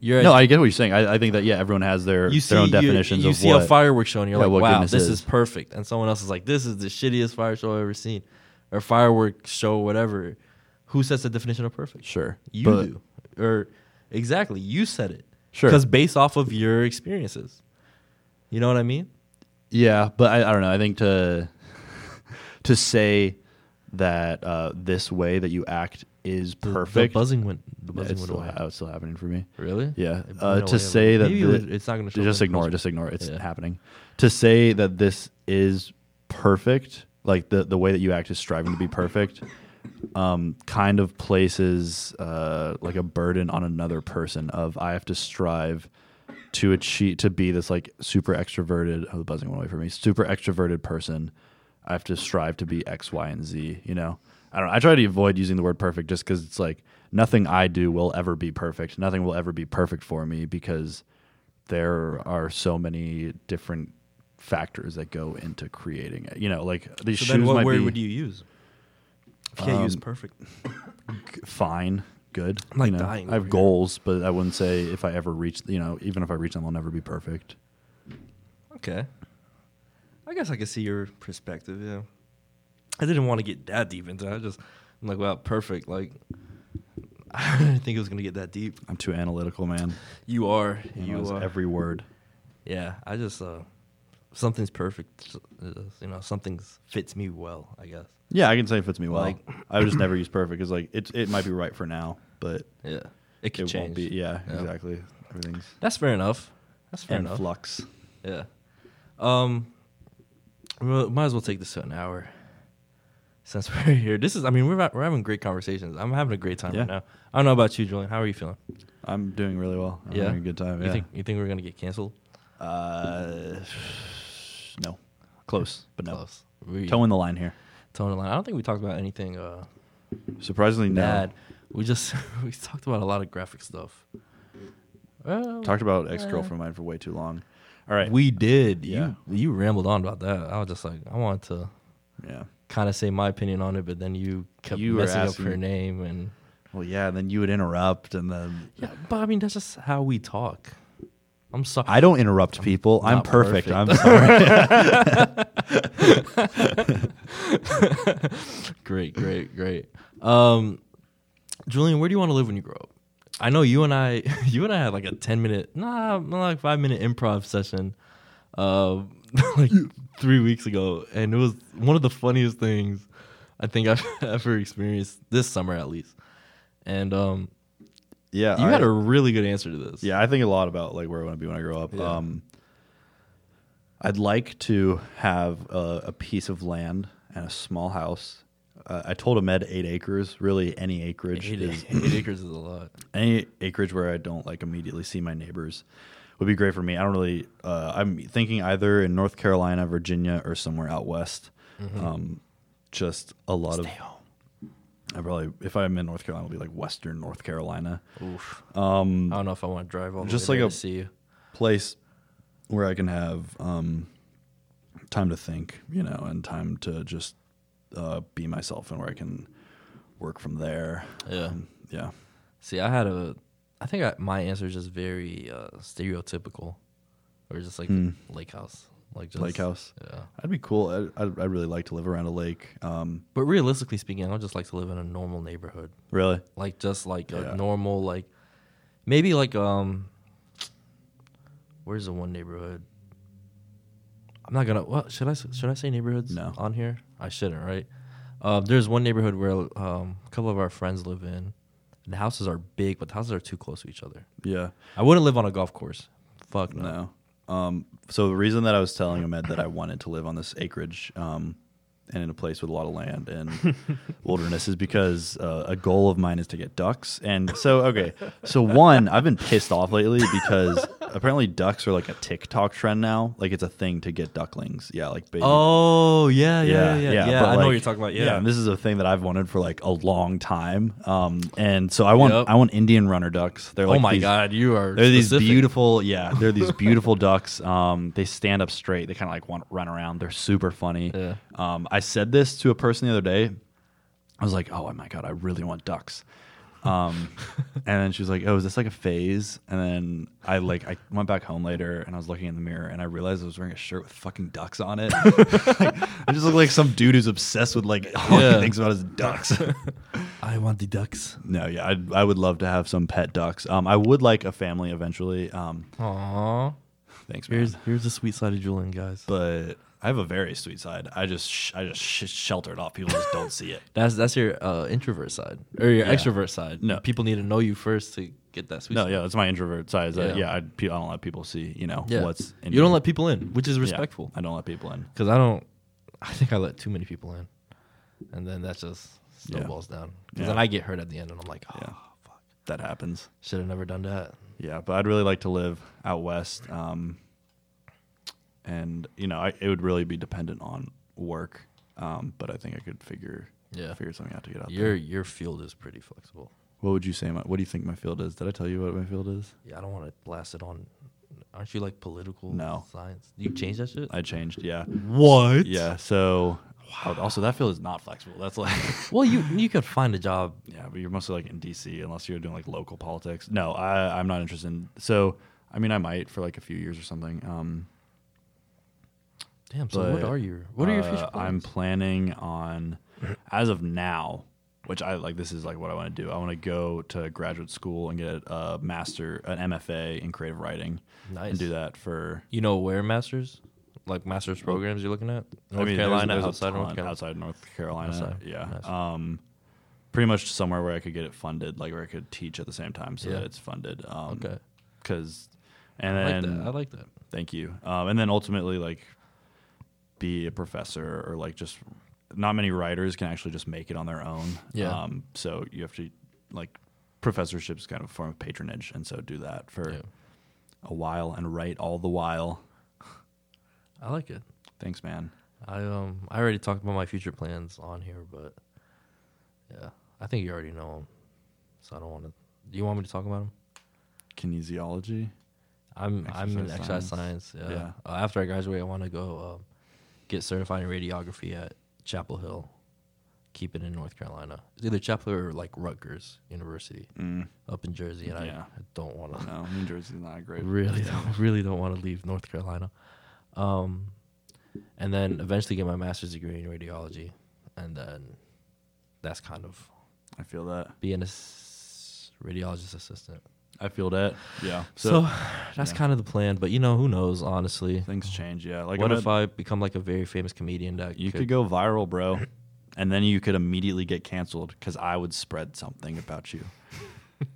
S1: You're at-
S2: No, I get what you're saying. I, I think that yeah, everyone has their,
S1: you
S2: their
S1: see
S2: own
S1: you-
S2: definitions
S1: You,
S2: of
S1: see
S2: what.
S1: a fireworks show and you're
S2: yeah, what
S1: like, wow,
S2: goodness
S1: this
S2: is."
S1: is. perfect, and someone else is like, this is the shittiest fire show I've ever seen, or fireworks show, whatever. Who sets the definition of perfect?
S2: Sure,
S1: you
S2: but-
S1: do, or exactly you said it.
S2: Sure.
S1: because based off of your experiences, you know what I mean.
S2: Yeah, but I, I don't know. I think to to say that uh, this way that you act is
S1: The-
S2: perfect.
S1: The buzzing went. The
S2: yeah,
S1: buzzing
S2: it's
S1: went
S2: still,
S1: away.
S2: ha- it's still happening for me.
S1: Really?
S2: Yeah.
S1: It
S2: Uh,
S1: went
S2: to
S1: away.
S2: say that
S1: Maybe it
S2: thi-
S1: was- it's not going to show.
S2: just
S1: up in
S2: ignore it.
S1: post-
S2: Just ignore it. It's
S1: Yeah.
S2: happening. To say that this is perfect, like the the way that you act is striving to be perfect, um, kind of places uh, like a burden on another person of I have to strive to achieve to be this like super extroverted. Oh, the buzzing went away from me. Super extroverted person. I have to strive to be X, Y, and Z. You know, I don't. know. I try to avoid using the word perfect just because it's like nothing I do will ever be perfect. Nothing will ever be perfect for me because there are so many different factors that go into creating it. You know, like these
S1: So
S2: shoes
S1: then, what
S2: might
S1: word
S2: be Um,
S1: would you use? If you can't use perfect.
S2: fine, good.
S1: I'm, like,
S2: you know,
S1: dying
S2: I
S1: over
S2: have
S1: here.
S2: goals, but I wouldn't say if I ever reach. You know, even if I reach them, I'll never be perfect.
S1: Okay. I guess I can see your perspective, yeah. I didn't want to get that deep into it. I just I'm like, wow, perfect. Like I didn't think it was gonna get that deep.
S2: I'm too analytical, man.
S1: You are.
S2: Analyze
S1: You uh, are
S2: every word.
S1: Yeah. I just uh something's perfect. uh, You know, something's fits me well, I guess.
S2: Yeah, I can say it fits me well.
S1: Like-
S2: I would just never use perfect because like it it might be right for now, but
S1: Yeah. It
S2: it
S1: could change.
S2: won't be. Yeah, exactly. Everything's
S1: That's fair enough. That's fair
S2: in
S1: enough.
S2: flux.
S1: Yeah. Um. we might as well take this to an hour, since we're here. This is. I mean, we're we're having great conversations. I'm having a great time
S2: Yeah.
S1: right now. I don't know about you, Julian. How are you feeling?
S2: I'm doing really well. I'm
S1: Yeah.
S2: having a good time.
S1: You
S2: yeah.
S1: think you think we're gonna get canceled?
S2: Uh, no, close, but no.
S1: Close. We,
S2: Toe in the line here.
S1: towing the line. I don't think we talked about anything uh,
S2: Surprisingly, no.
S1: bad. We just we talked about a lot of graphic stuff. Well,
S2: Talked about ex girlfriend of mine for way too long. All right.
S1: Uh, we did.
S2: Yeah.
S1: You you rambled on about that. I was just like, I wanted to
S2: yeah.
S1: kind of say my opinion on it, but then you kept
S2: You were
S1: messing up
S2: asking-
S1: her name and.
S2: Well, yeah. And then you would interrupt, and then
S1: Yeah, but I mean that's just how we talk. I'm sorry.
S2: I don't interrupt people. I'm
S1: not
S2: perfect.
S1: perfect.
S2: I'm sorry.
S1: great, great, great. Um, Julian, where do you want to live when you grow up? I know you and I, you and I had like a ten minute, nah, more like five minute improv session, uh, like three weeks ago, and it was one of the funniest things I think I've ever experienced this summer, at least. And um,
S2: yeah.
S1: you
S2: I-
S1: had a really good answer to this.
S2: Yeah, I think a lot about like where I want to be when I grow up.
S1: Yeah.
S2: Um, I'd like to have a, a piece of land and a small house. Uh, I told Ahmed eight acres. Really, any acreage
S1: eight,
S2: is
S1: eight acres is a lot.
S2: any acreage where I don't like immediately see my neighbors would be great for me. I don't really. Uh, I'm thinking either in North Carolina, Virginia, or somewhere out west. Um, just a lot of. I probably if I'm in North Carolina, it'll be like Western North Carolina.
S1: Oof. Um, I don't know if I want to drive all the
S2: just
S1: way
S2: like
S1: there
S2: a-
S1: to see you.
S2: place where I can have um, time to think, you know, and time to just uh, be myself, and where I can work from there.
S1: Yeah.
S2: Um, yeah.
S1: See, I had a, I think I, my answer is just very uh, stereotypical, or just like lake house, like just,
S2: Hmm. Lake house.
S1: Yeah,
S2: That'd be cool. I- I'd, I'd really like to live around a lake. Um,
S1: but realistically speaking, I would just like to live in a normal neighborhood,
S2: really?
S1: like just like
S2: Yeah.
S1: a normal, like maybe like um, where's the one neighborhood? I'm not gonna. What should I s- should I say neighborhoods?
S2: No.
S1: on here I shouldn't, right? Uh, there's one neighborhood where um, a couple of our friends live in. And the houses are big, but the houses are too close to each other.
S2: Yeah.
S1: I wouldn't live on a golf course. Fuck no.
S2: No. Um, so the reason that I was telling Ahmed that I wanted to live on this acreage um, and in a place with a lot of land and wilderness is because uh, a goal of mine is to get ducks. And so, okay, so one, I've been pissed off lately because apparently ducks are like a TikTok trend now. Like it's a thing to get ducklings. Yeah, like baby.
S1: Oh yeah, yeah, yeah, yeah.
S2: but,
S1: I know
S2: like,
S1: what you're talking about. Yeah,
S2: and this is a thing that I've wanted for like a long time. Um, and so I want
S1: Yep.
S2: I want Indian runner ducks. They're like
S1: oh my
S2: these
S1: god, you are.
S2: they're these
S1: specific.
S2: beautiful, yeah. They're these beautiful ducks. Um, they stand up straight. They kind of like want run around. They're super funny.
S1: Yeah.
S2: Um, I said this to a person the other day. I was like, "Oh my god, I really want ducks." Um, and then she was like, "Oh, is this like a phase?" And then I like I went back home later and I was looking in the mirror and I realized I was wearing a shirt with fucking ducks on it. I just look like some dude who's obsessed with like all
S1: Yeah.
S2: he thinks about is ducks.
S1: I want the ducks.
S2: no, yeah, I'd, I would love to have some pet ducks. Um, I would like a family eventually. Um,
S1: Aww.
S2: Thanks, man.
S1: Here's here's the sweet side of Julian, guys.
S2: but I have a very sweet side. I just sh- I just sh- shelter it off. People just don't see it.
S1: That's that's your uh, introvert side or your extrovert side.
S2: No.
S1: people need to know you first to get that sweet.
S2: No,
S1: side.
S2: yeah, that's my introvert side. Is that,
S1: Yeah.
S2: yeah, I, pe- I don't let people see. You know
S1: yeah.
S2: what's in
S1: you don't
S2: me.
S1: let people in, which is
S2: Yeah,
S1: respectful.
S2: I don't let people in.
S1: Because I don't. I think I let too many people in, and then that just snowballs down. Because
S2: Yeah.
S1: then I get hurt at the end, and I'm like, oh,
S2: Yeah. That happens.
S1: should have never done that.
S2: Yeah, but I'd really like to live out west. Um, and you know, I, it would really be dependent on work. Um, but I think I could figure
S1: Yeah.
S2: figure something out to get out there.
S1: Your your field is pretty flexible.
S2: What would you say? My, what do you think my field is? Did I tell you what my field is?
S1: Yeah, I don't want to blast it on. Aren't you like political?
S2: No.
S1: Science. You change that shit.
S2: I changed. Yeah.
S1: Mm-hmm. What?
S2: Yeah. So wow. also that field is not flexible. That's like
S1: Well, you you could find a job.
S2: yeah, but you're mostly like in DC unless you're doing like local politics. No, I I'm not interested. In, so I mean, I might for like a few years or something. Um,
S1: Damn. So what
S2: but,
S1: are your what are your future
S2: uh,
S1: plans?
S2: I'm planning on as of now, which I like. This is like what I want to do. I want to go to graduate school and get a master, an MFA in creative writing,
S1: Nice.
S2: and do that for.
S1: you know where masters, like masters programs you're looking at North
S2: I mean, there's-
S1: Carolina
S2: there's a
S1: outside of North
S2: ton
S1: Carolina.
S2: outside North Carolina.
S1: Outside.
S2: Yeah.
S1: Nice.
S2: Um, pretty much somewhere where I could get it funded, like where I could teach at the same time, so
S1: Yeah.
S2: that it's funded. Um,
S1: Okay.
S2: Because, and
S1: I like
S2: then
S1: that. I like that.
S2: thank you, um, and then ultimately like be a professor or like just not many writers can actually just make it on their own.
S1: Yeah.
S2: Um, so you have to like professorship is kind of a form of patronage, and so do that for
S1: Yeah.
S2: a while and write all the while.
S1: I like it.
S2: Thanks, man.
S1: I um I already talked about my future plans on here, but yeah, I think you already know them, so I don't want to. Do you want me to talk about them?
S2: Kinesiology.
S1: I'm I'm in
S2: Exercise
S1: exercise
S2: science.
S1: science. yeah.
S2: Yeah.
S1: Uh, after I graduate, I want to go um, get certified in radiography at Chapel Hill. Keep it in North Carolina. It's either Chapel Hill or like Rutgers University
S2: Mm.
S1: up in Jersey, and
S2: Yeah.
S1: I, I don't want to.
S2: No, New Jersey's not a great.
S1: Really, don't, really don't want to leave North Carolina. Um, and then eventually get my master's degree in radiology, and then that's kind of
S2: I feel that.
S1: being a s- radiologist assistant.
S2: I feel that. Yeah.
S1: So,
S2: So,
S1: that's
S2: yeah.
S1: kind of the plan, but you know who knows? Honestly,
S2: things change. Yeah. Like
S1: what
S2: I'm
S1: if
S2: a-
S1: I become like a very famous comedian that
S2: You could go viral, bro, and then you could immediately get canceled because I would spread something about you.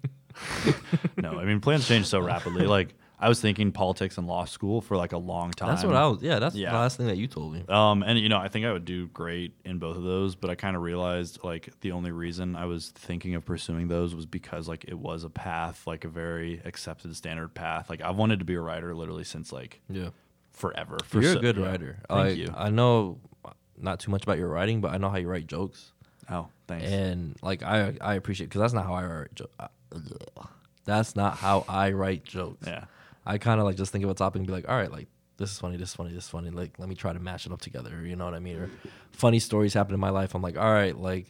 S2: no, I mean plans change so rapidly. Like I was thinking politics in law school for like a long time.
S1: That's what I was. Yeah, that's
S2: Yeah.
S1: the last thing that you told me.
S2: Um, and you know, I think I would do great in both of those, but I kind of realized like the only reason I was thinking of pursuing those was because like it was a path, like a very accepted standard path. Like I've wanted to be a writer literally since like
S1: Yeah,
S2: forever. For
S1: you're a
S2: so-
S1: good
S2: yeah.
S1: writer.
S2: Thank
S1: Like,
S2: you.
S1: I know uh, not too much about your writing, but I know how you write jokes,
S2: Oh, thanks.
S1: and like I I appreciate because that's not how I write. Jo- I- that's not how I write jokes.
S2: yeah.
S1: I kind of like just think of a topic and be like, all right, like this is funny, this is funny, this is funny. Like, let me try to mash it up together. You know what I mean? Or funny stories happen in my life. I'm like, all right, like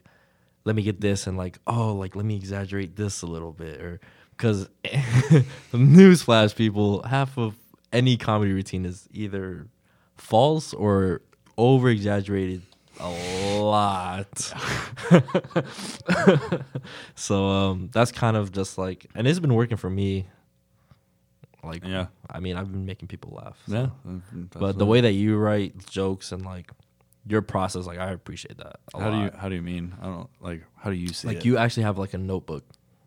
S1: let me get this and like, oh, like let me exaggerate this a little bit. Or because newsflash, people, half of any comedy routine is either false or over exaggerated a lot. so um, that's kind of just like, and it's been working for me. Like,
S2: Yeah.
S1: I mean, I've been making people laugh. so.
S2: Yeah.
S1: But the way that you write jokes and like your process, like I appreciate that. A
S2: how
S1: lot.
S2: do you how do you mean? I don't like how do you see
S1: like
S2: it?
S1: you actually have like a notebook.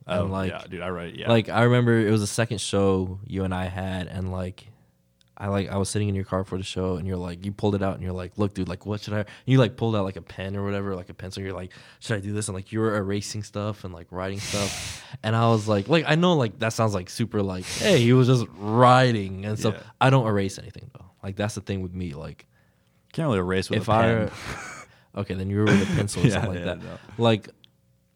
S2: oh,
S1: and like
S2: yeah, dude, I write yeah.
S1: like I remember it was the second show you and I had and like I like I was sitting in your car for the show and you're like you pulled it out and you're like, look, dude, like what should I and you like pulled out like a pen or whatever, like a pencil, you're like, should I do this? And like you were erasing stuff and like writing stuff. and I was like, like I know like that sounds like super like, hey, he was just writing and stuff.
S2: Yeah.
S1: I don't erase anything though. Like that's the thing with me. Like
S2: can't really erase with
S1: if
S2: a pen.
S1: I okay, then you were with a pencil or
S2: Yeah,
S1: something like
S2: yeah,
S1: that.
S2: no.
S1: Like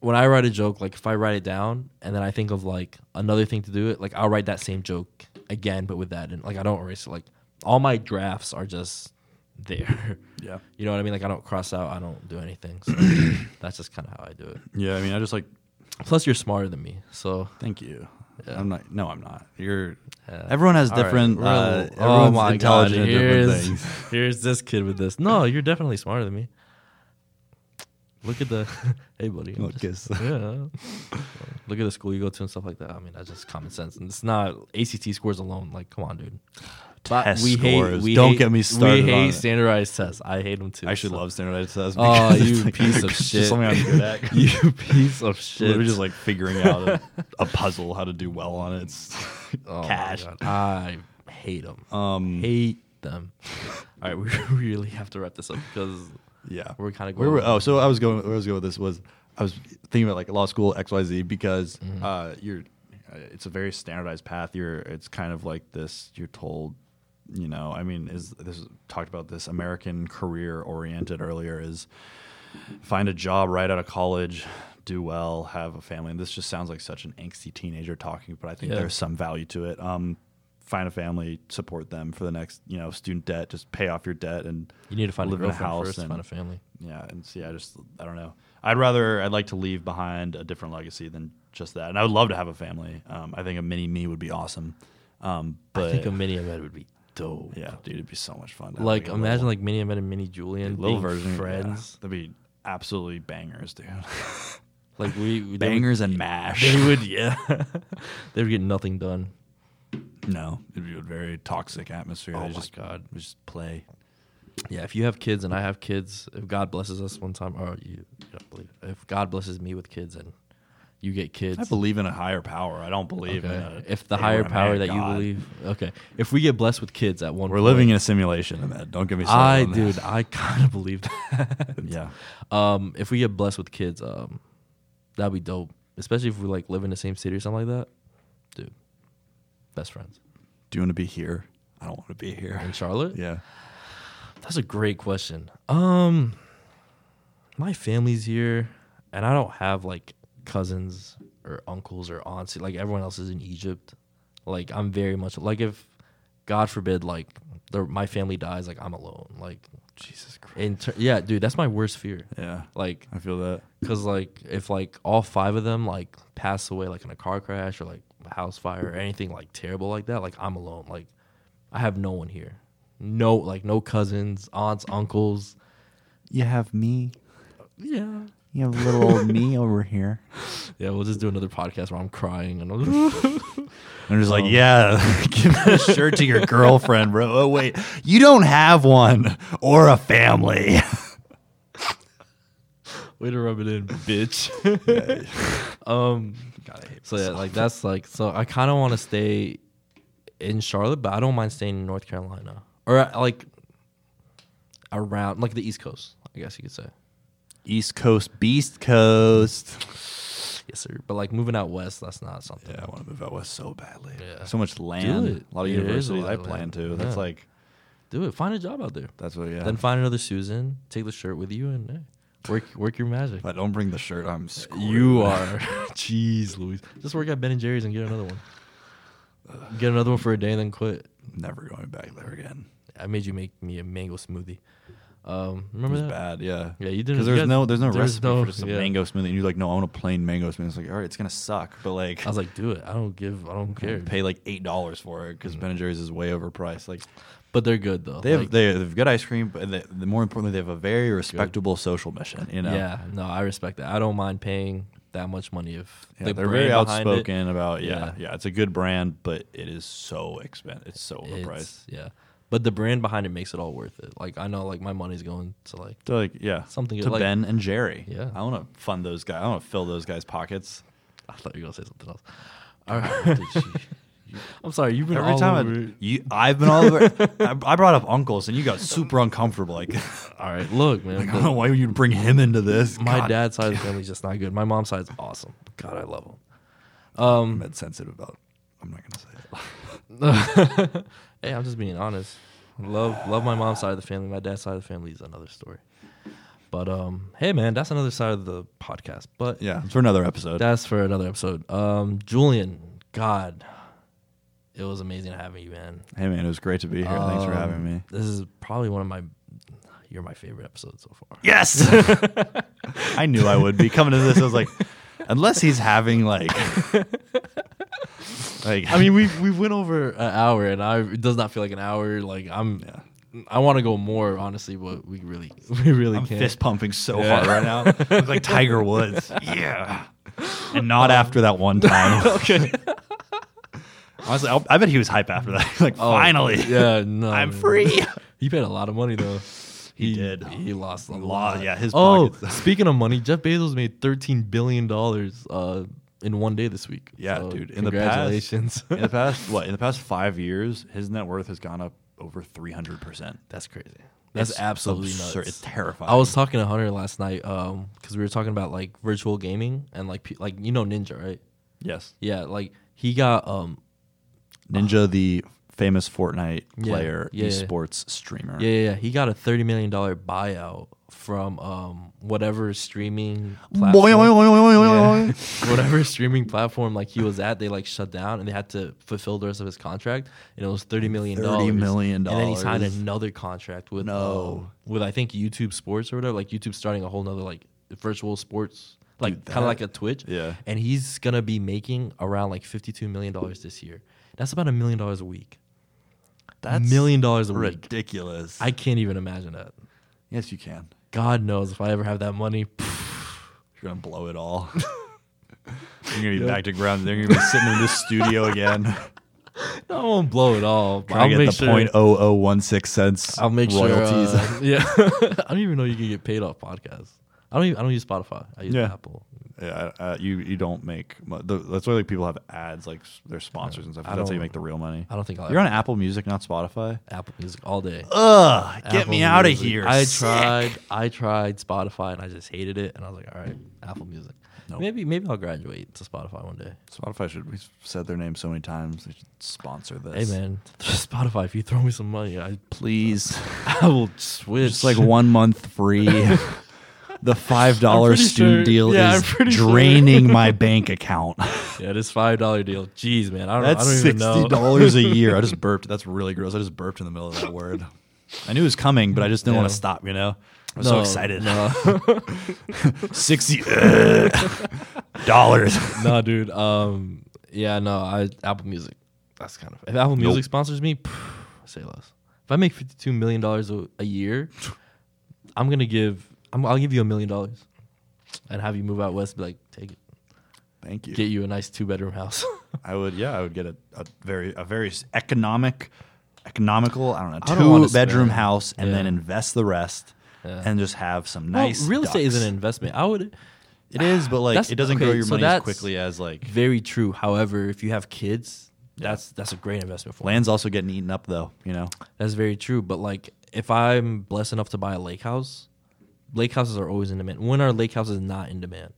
S1: when I write a joke, like if I write it down and then I think of like another thing to do it, like I'll write that same joke again, but with that and like I don't erase it. Like all my drafts are just there.
S2: yeah.
S1: You know what I mean? Like I don't cross out, I don't do anything. So that's just kind of how I do it.
S2: Yeah, I mean I just like
S1: Plus, you're smarter than me, so
S2: Thank you. I'm not. No, I'm not. You're.
S1: Yeah.
S2: Everyone has
S1: All right,
S2: different.
S1: we're a
S2: uh,
S1: little-
S2: everyone's
S1: God,
S2: intelligent at different
S1: here's,
S2: things.
S1: here's this kid with this. No, you're definitely smarter than me. Look at the hey buddy. I'm
S2: Look,
S1: just-
S2: it's-
S1: yeah. Look at the school you go to and stuff like that. I mean, that's just common sense. And it's not ACT scores alone. Like, come on, dude. But
S2: Test scores. Don't
S1: hate-
S2: get me started
S1: We hate
S2: on it.
S1: standardized tests. I hate them too.
S2: I actually
S1: so-
S2: love standardized tests.
S1: Oh,
S2: because
S1: you
S2: it's like-
S1: piece of
S2: it's just
S1: shit.
S2: Something I'm good at.
S1: you piece of
S2: We're
S1: shit.
S2: just like figuring out a, a puzzle how to do well on it. It's
S1: Oh my
S2: cash.
S1: God. I hate them.
S2: Um,
S1: hate them. All right, we really have to wrap this up because
S2: Yeah,
S1: We're kinda
S2: Where
S1: going-
S2: were- oh, so I was going. Where I was going with this was I was thinking about like law school X Y Z because
S1: Mm-hmm.
S2: uh, you're. uh, It's a very standardized path. You're. It's kind of like this. You're told. You know. I mean, is this talked about this American career oriented earlier is find a job right out of college, do well, have a family. And this just sounds like such an angsty teenager talking, but I think
S1: Yeah.
S2: there's some value to it. Um, find a family, support them for the next, you know, student debt, just pay off your debt and
S1: you need to find
S2: live
S1: a
S2: in a
S1: girlfriend
S2: house
S1: first,
S2: and-
S1: find a family.
S2: yeah, and see, I just I don't know. I'd rather I'd like to leave behind a different legacy than just that, and I would love to have a family. Um, I think a mini me would be awesome. Um, but
S1: I think a mini Ahmed would be dope.
S2: yeah, dude, it'd be so much fun. to have,
S1: Like
S2: a
S1: imagine
S2: little,
S1: like mini Ahmed and mini Julian
S2: little
S1: being
S2: version
S1: friends.
S2: Yeah, that'd be absolutely bangers, dude.
S1: Like we we- they would-
S2: bangers and mash.
S1: They would yeah. they would get nothing done.
S2: no, it'd be a very toxic atmosphere.
S1: Oh
S2: they
S1: my
S2: just,
S1: God.
S2: we just play.
S1: Yeah, if you have kids and I have kids, if God blesses us one time, or you, you don't believe it. if God blesses me with kids and you get kids,
S2: I believe in a higher power. I don't believe in
S1: okay.
S2: a,
S1: if the higher
S2: Abraham
S1: power that you
S2: God.
S1: believe, okay, if we get blessed with kids at one,
S2: We're living in a simulation, Ahmed. Don't give me. started
S1: I
S2: on that.
S1: dude, I kind of believe that.
S2: Yeah.
S1: Um, if we get blessed with kids, um, that'd be dope. especially if we like live in the same city or something like that, dude, best friends
S2: Do you want to be here? I don't want to be here.
S1: in Charlotte.
S2: Yeah.
S1: That's a great question. Um, my family's here, and I don't have like cousins or uncles or aunts. Like everyone else is in Egypt. Like I'm very much like if, God forbid, like the, my family dies, like I'm alone. Like
S2: Jesus Christ.
S1: in ter- yeah, dude, that's my worst fear.
S2: Yeah.
S1: Like
S2: I feel that.
S1: Cause like if like all five of them like pass away like in a car crash or like a house fire or anything like terrible like that, like I'm alone. Like I have no one here. No like no cousins, aunts, uncles.
S3: You have me.
S1: Yeah.
S3: You have little old me over here.
S1: Yeah, we'll just do another podcast where I'm crying and I'm
S2: I'm just
S1: Oh.
S2: like, yeah, give that shirt to your girlfriend, bro. Oh, wait. You don't have one or a family.
S1: way to rub it in, bitch. um so yeah, like that's like so I kinda wanna stay in Charlotte, but I don't mind staying in North Carolina. Or like around like the East Coast, I guess you could say.
S2: East Coast, Beast Coast.
S1: Yes, sir. But like moving out west, that's not something.
S2: Yeah, I want to move out west so badly.
S1: Yeah.
S2: So much land.
S1: it.
S2: A lot of
S1: Yeah, there is a
S2: universities
S1: lot
S2: I
S1: of
S2: plan
S1: land.
S2: to. That's
S1: Yeah.
S2: like,
S1: Do it. Find a job out there.
S2: that's what, yeah.
S1: Then find another Susan. Take the shirt with you and eh, work work your magic.
S2: if I don't bring the shirt, I'm screwed.
S1: You are. Jeez, Louise. Just work at Ben and Jerry's and get another one. Get another one for a day and then quit.
S2: never going back there again.
S1: I made you make me a mango smoothie. Um,
S2: It
S1: remember
S2: was
S1: that?
S2: bad, yeah.
S1: Yeah, you didn't.
S2: Because
S1: you
S2: there's
S1: guys-
S2: no, there's no
S1: there was
S2: recipe
S1: no-
S2: for just a
S1: yeah.
S2: mango smoothie. And you're like, no, I want a plain mango smoothie. It's like, all right, it's gonna suck, but like,
S1: I was like, do it. I don't give. I don't care.
S2: pay like eight dollars for it because Ben and Jerry's is way overpriced. Like,
S1: But they're good though.
S2: They have
S1: Like,
S2: they have good ice cream, but they, the more importantly, they have a very respectable social mission. You know,
S1: Yeah. No, I respect that. I don't mind paying that much money if
S2: Yeah,
S1: the
S2: they're very
S1: brand behind it-
S2: outspoken about yeah,
S1: Yeah.
S2: yeah, It's a good brand, but it is so expensive. It's so overpriced.
S1: It's, yeah, but the brand behind it makes it all worth it. Like I know, like my money's going to like
S2: To like yeah,
S1: Something
S2: to
S1: like-
S2: Ben and Jerry.
S1: Yeah.
S2: I want to fund those guys. I want to fill those guys' pockets.
S1: I thought you were gonna say something else. All right. I'm sorry, you've been
S2: Every
S1: all
S2: time
S1: over-
S2: I, you, I've been all over. I, I brought up uncles, and you got super uncomfortable. Like,
S1: all right, look, man.
S2: I
S1: the-
S2: don't know why you bring him into this.
S1: my
S2: oh God,
S1: dad's side of the family's just not good. My mom's side's awesome. God, I love them.
S2: I'm that sensitive about. I'm not gonna say it.
S1: Hey, I'm just being honest. Love, love my mom's side of the family. My dad's side of the family is another story. But um, hey, man, that's another side of the podcast. But
S2: Yeah, it's for another episode.
S1: That's for another episode. Um, Julian, God, it was amazing having you, man.
S2: hey man, it was great to be here. Thanks for having me.
S1: This is probably one of my, you're my favorite episode so far.
S2: Yes. I knew I would be coming to this. I was like, unless he's having like, like
S1: I mean, we we went over an hour, and I it does not feel like an hour. Like I'm, I want to go more honestly, but we really we really
S2: I'm
S1: can't.
S2: fist pumping so
S1: Yeah.
S2: hard right now. I look like Tiger Woods. Yeah. And not after that one time. okay. Honestly, I'll, I bet he was hype after that. like,
S1: Oh,
S2: finally,
S1: yeah, no,
S2: I'm
S1: man.
S2: free.
S1: He paid a lot of money though.
S2: He did.
S1: He lost a
S2: Law,
S1: lot.
S2: yeah, his
S1: Oh,
S2: pockets.
S1: speaking of money, Jeff Bezos made thirteen billion dollars uh, in one day this week.
S2: Yeah,
S1: So,
S2: dude. In the past-
S1: congratulations.
S2: In the past, what? In the past five years, his net worth has gone up over 300%.
S1: That's crazy. That's
S2: It's
S1: absolutely
S2: absurd.
S1: nuts.
S2: It's terrifying.
S1: I was talking to Hunter last night um because we were talking about like virtual gaming and like pe- like you know Ninja right?
S2: Yes.
S1: Yeah, like he got um
S2: Ninja, the famous Fortnite
S1: Yeah,
S2: player,
S1: yeah, yeah.
S2: esports streamer.
S1: yeah yeah, yeah he got a thirty million dollar buyout from um whatever streaming platform. Yeah. whatever streaming platform like he was at, they like shut down and they had to fulfill the rest of his contract, and it was thirty million dollars.
S2: $30 million.
S1: And then he signed another contract with
S2: No.
S1: um, with I think YouTube Sports or whatever. Like YouTube starting a whole nother like virtual sports, like
S2: Dude,
S1: kind of
S2: that-
S1: like a Twitch.
S2: Yeah.
S1: And he's gonna be making around like fifty two million dollars this year. That's about a million dollars a week.
S2: That's
S1: million dollars a week.
S2: ridiculous.
S1: I can't even imagine that.
S2: yes, you can.
S1: God knows if I ever have that money.
S2: You're gonna blow it all. You're gonna be back to ground. They're gonna be sitting in this studio again.
S1: I won't blow it all. but
S2: Trying to get
S1: make
S2: the
S1: sure-
S2: point oh oh one six cents.
S1: I'll make uh,
S2: royalties.
S1: sure. uh, yeah, I don't even know you can get paid off podcasts. I don't. Even, I don't use Spotify. I use
S2: Yeah.
S1: Apple
S2: Yeah, I- I- you you don't make. Mo- the, that's why like people have ads, like s- their sponsors and stuff. 'cause
S1: I
S2: That's how you
S1: don't-
S2: make the real money.
S1: I don't think I'll
S2: You're
S1: ever-
S2: on Apple Music, not Spotify.
S1: Apple Music all day.
S2: Ugh,
S1: Apple
S2: outta
S1: Music. I tried. I tried Spotify and I just hated it. And I was like, all right, Apple Music.
S2: Nope.
S1: Maybe maybe I'll graduate to Spotify one day.
S2: Spotify should. We've said their name so many times. They should sponsor
S1: Hey
S2: this.
S1: man, Spotify, if you throw me some money, I
S2: please.
S1: I will switch.
S2: It's like one month free. the five dollar
S1: pretty
S2: student
S1: sure-
S2: deal
S1: yeah, I'm
S2: is
S1: pretty sure.
S2: draining my bank account.
S1: yeah, this five dollar deal. Jeez, man, I don't, I
S2: That's
S1: don't even
S2: sixty
S1: know.
S2: dollars a year. I just burped. That's really gross. I just burped in the middle of that word. I knew it was coming, but I just didn't
S1: Yeah.
S2: want to stop. You know, I'm so
S1: No,
S2: excited.
S1: No,
S2: Sixty dollars.
S1: no, dude. Um, yeah, no. I Apple Music. That's kind of if Apple Music sponsors me, pff, say less. If I make fifty two million dollars a a year, I'm gonna give. I'm, I'll give you a million dollars, and have you move out west. And be like, take it.
S2: Thank you.
S1: Get you a nice two bedroom house.
S2: I would. Yeah, I would get a, a very a very s- economic, economical. I don't know,
S1: I don't wanna
S2: two bedroom
S1: spend-
S2: house, and
S1: yeah.
S2: then invest the rest,
S1: Yeah.
S2: and just have some
S1: Well,
S2: nice.
S1: real estate is
S2: ducks.
S1: an investment. I would.
S2: It is, but like
S1: That's-
S2: it doesn't
S1: okay,
S2: grow your
S1: so
S2: money as
S1: that's-
S2: quickly as like
S1: Very true. However, if you have kids, that's that's a great investment for.
S2: land's also getting eaten up though. You know,
S1: That's very true. But like, if I'm blessed enough to buy a lake house, lake houses are always in demand. When are lake houses not in demand?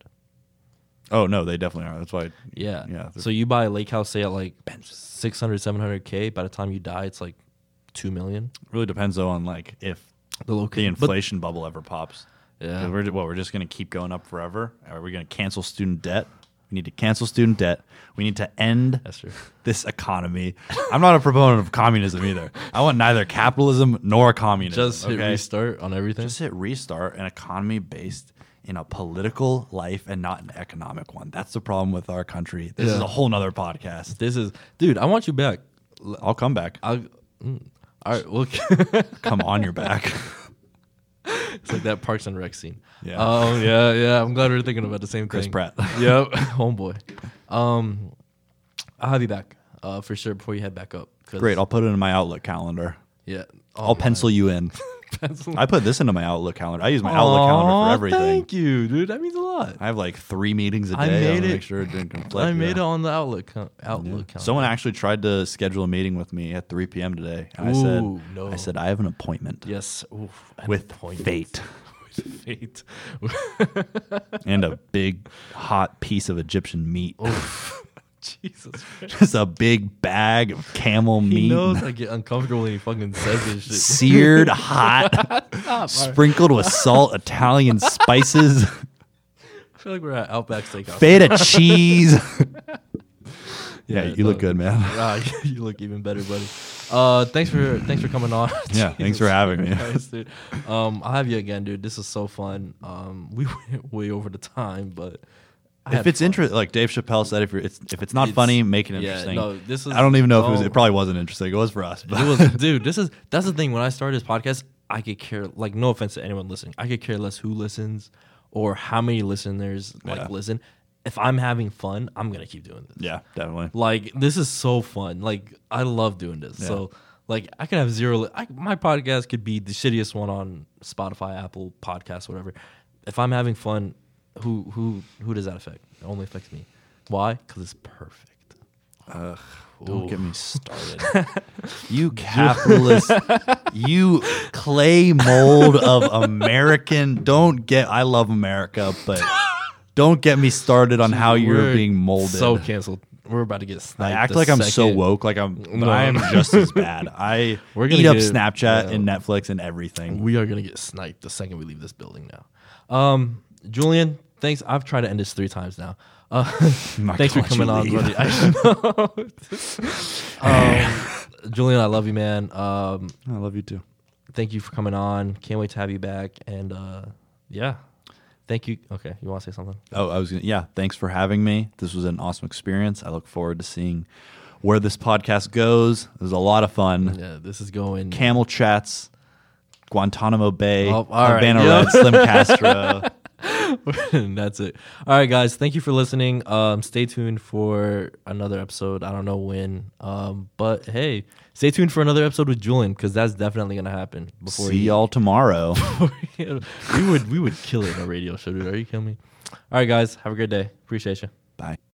S2: oh no, they definitely are. That's why.
S1: Yeah.
S2: Yeah, they're-
S1: So you buy a lake house, say at like 600, 700 k. By the time you die, it's like two million.
S2: really depends though on like if
S1: The
S2: the
S1: location. But
S2: inflation bubble ever pops.
S1: Yeah.
S2: 'Cause We're ju- what we're just gonna keep going up forever. Are we gonna cancel student debt? We need to cancel student debt. We need to end
S1: that's true.
S2: this economy. I'm not a proponent of communism either. I want neither capitalism nor communism.
S1: Just hit
S2: okay?
S1: restart on everything.
S2: Just hit restart an economy based in a political life and not an economic one. That's the problem with our country. This is
S1: Yeah.
S2: a whole nother podcast.
S1: this is, dude. I want you back.
S2: I'll come back.
S1: I. Mm. All right. Well.
S2: come on your back.
S1: It's like that Parks and Rec scene.
S2: Yeah.
S1: Oh yeah, yeah. I'm glad we're thinking about the same
S2: Chris
S1: thing.
S2: Pratt.
S1: Yep. Homeboy. Um, I'll have you back uh, for sure before you head back up. 'cause-
S2: Great. I'll put it in my Outlook calendar.
S1: yeah.
S2: I'll pencil you in.
S1: pencil.
S2: I put this into my Outlook calendar. I use my Outlook calendar for everything.
S1: Thank you, dude. That means a lot.
S2: I have like three meetings a day.
S1: I
S2: I
S1: made
S2: wanna
S1: it-
S2: Make sure it didn't conflict.
S1: I made
S2: yeah.
S1: it on the Outlook co- Outlook calendar.
S2: Someone actually tried to schedule a meeting with me at 3 p.m. today, and I
S1: Ooh,
S2: said,
S1: no.
S2: "I said I have an appointment
S1: yes. Oof, an
S2: with
S1: appointment.
S2: fate
S1: With fate.
S2: and a big hot piece of Egyptian meat,
S1: Oh. Jesus. Christ.
S2: just a big bag of camel
S1: He
S2: meat,
S1: knows I get uncomfortable when he fucking says this shit.
S2: seared hot, sprinkled with salt, Italian spices,
S1: I feel like we're at Outback Steakhouse.
S2: feta cheese." yeah,
S1: Yeah,
S2: you look
S1: no.
S2: good, man.
S1: Ah, you look even better, buddy. Uh, thanks for thanks for coming on.
S2: Yeah, thanks for
S1: Jesus
S2: having me.
S1: Christ, dude. Um, I'll have you again, dude. This is so fun. Um, we went way over the time, but I
S2: If
S1: had
S2: it's
S1: fun.
S2: interesting, like Dave Chappelle said, if you're, it's, if it's not
S1: It's-
S2: funny, make it
S1: yeah,
S2: interesting.
S1: no, this is- Oh.
S2: I don't even know if it was.
S1: no.
S2: It probably wasn't interesting. It was for us. But.
S1: it was, dude. This is that's the thing. When I started this podcast, I could care like no offense to anyone listening, I could care less who listens or how many listeners like
S2: Yeah.
S1: listen. If I'm having fun, I'm gonna keep doing this.
S2: yeah, definitely.
S1: Like this is so fun. Like I love doing this. So like I can have zero. Li- I, my podcast could be the shittiest one on Spotify, Apple Podcasts, whatever. If I'm having fun, who who who does that affect? It only affects me. Why? Because it's perfect.
S2: Don't get me started. you capitalist, you clay mold of American. Don't get. I love America, but don't get me started on how you're
S1: We're
S2: being molded.
S1: So canceled. We're about to get
S2: I
S1: sniped.
S2: act
S1: the
S2: like I'm so
S1: second-
S2: woke, like I'm.
S1: No.
S2: But I am just as bad. I
S1: We're gonna
S2: eat up
S1: get- uh,
S2: Snapchat
S1: yeah.
S2: and Netflix and everything.
S1: We are gonna get sniped the second we leave this building now. Um, Julian, thanks. I've tried to end this three times now. Uh,
S2: not
S1: thanks for
S2: gonna let you
S1: coming on, buddy.
S2: leave.
S1: I know. um, Julian, I love you, man. Um,
S2: I love you too.
S1: thank you for coming on. Can't wait to have you back. And uh, yeah, thank you. Okay, you want to say something?
S2: Oh, I was gonna. Yeah, thanks for having me. This was an awesome experience. I look forward to seeing where this podcast goes. It was a lot of fun.
S1: Yeah, this is going.
S2: Camel chats, Guantanamo Bay,
S1: Oh, all right.
S2: Havana
S1: Yeah.
S2: Red, Slim Castro.
S1: and that's it. All right, guys. Thank you for listening. Um, stay tuned for another episode. I don't know when. Um, but hey, stay tuned for another episode with Julian because that's definitely gonna happen before
S2: See
S1: he-
S2: y'all tomorrow.
S1: we would we would kill it in a radio show, dude. Are you kidding me? All right, guys. Have a great day. Appreciate you.
S3: Bye.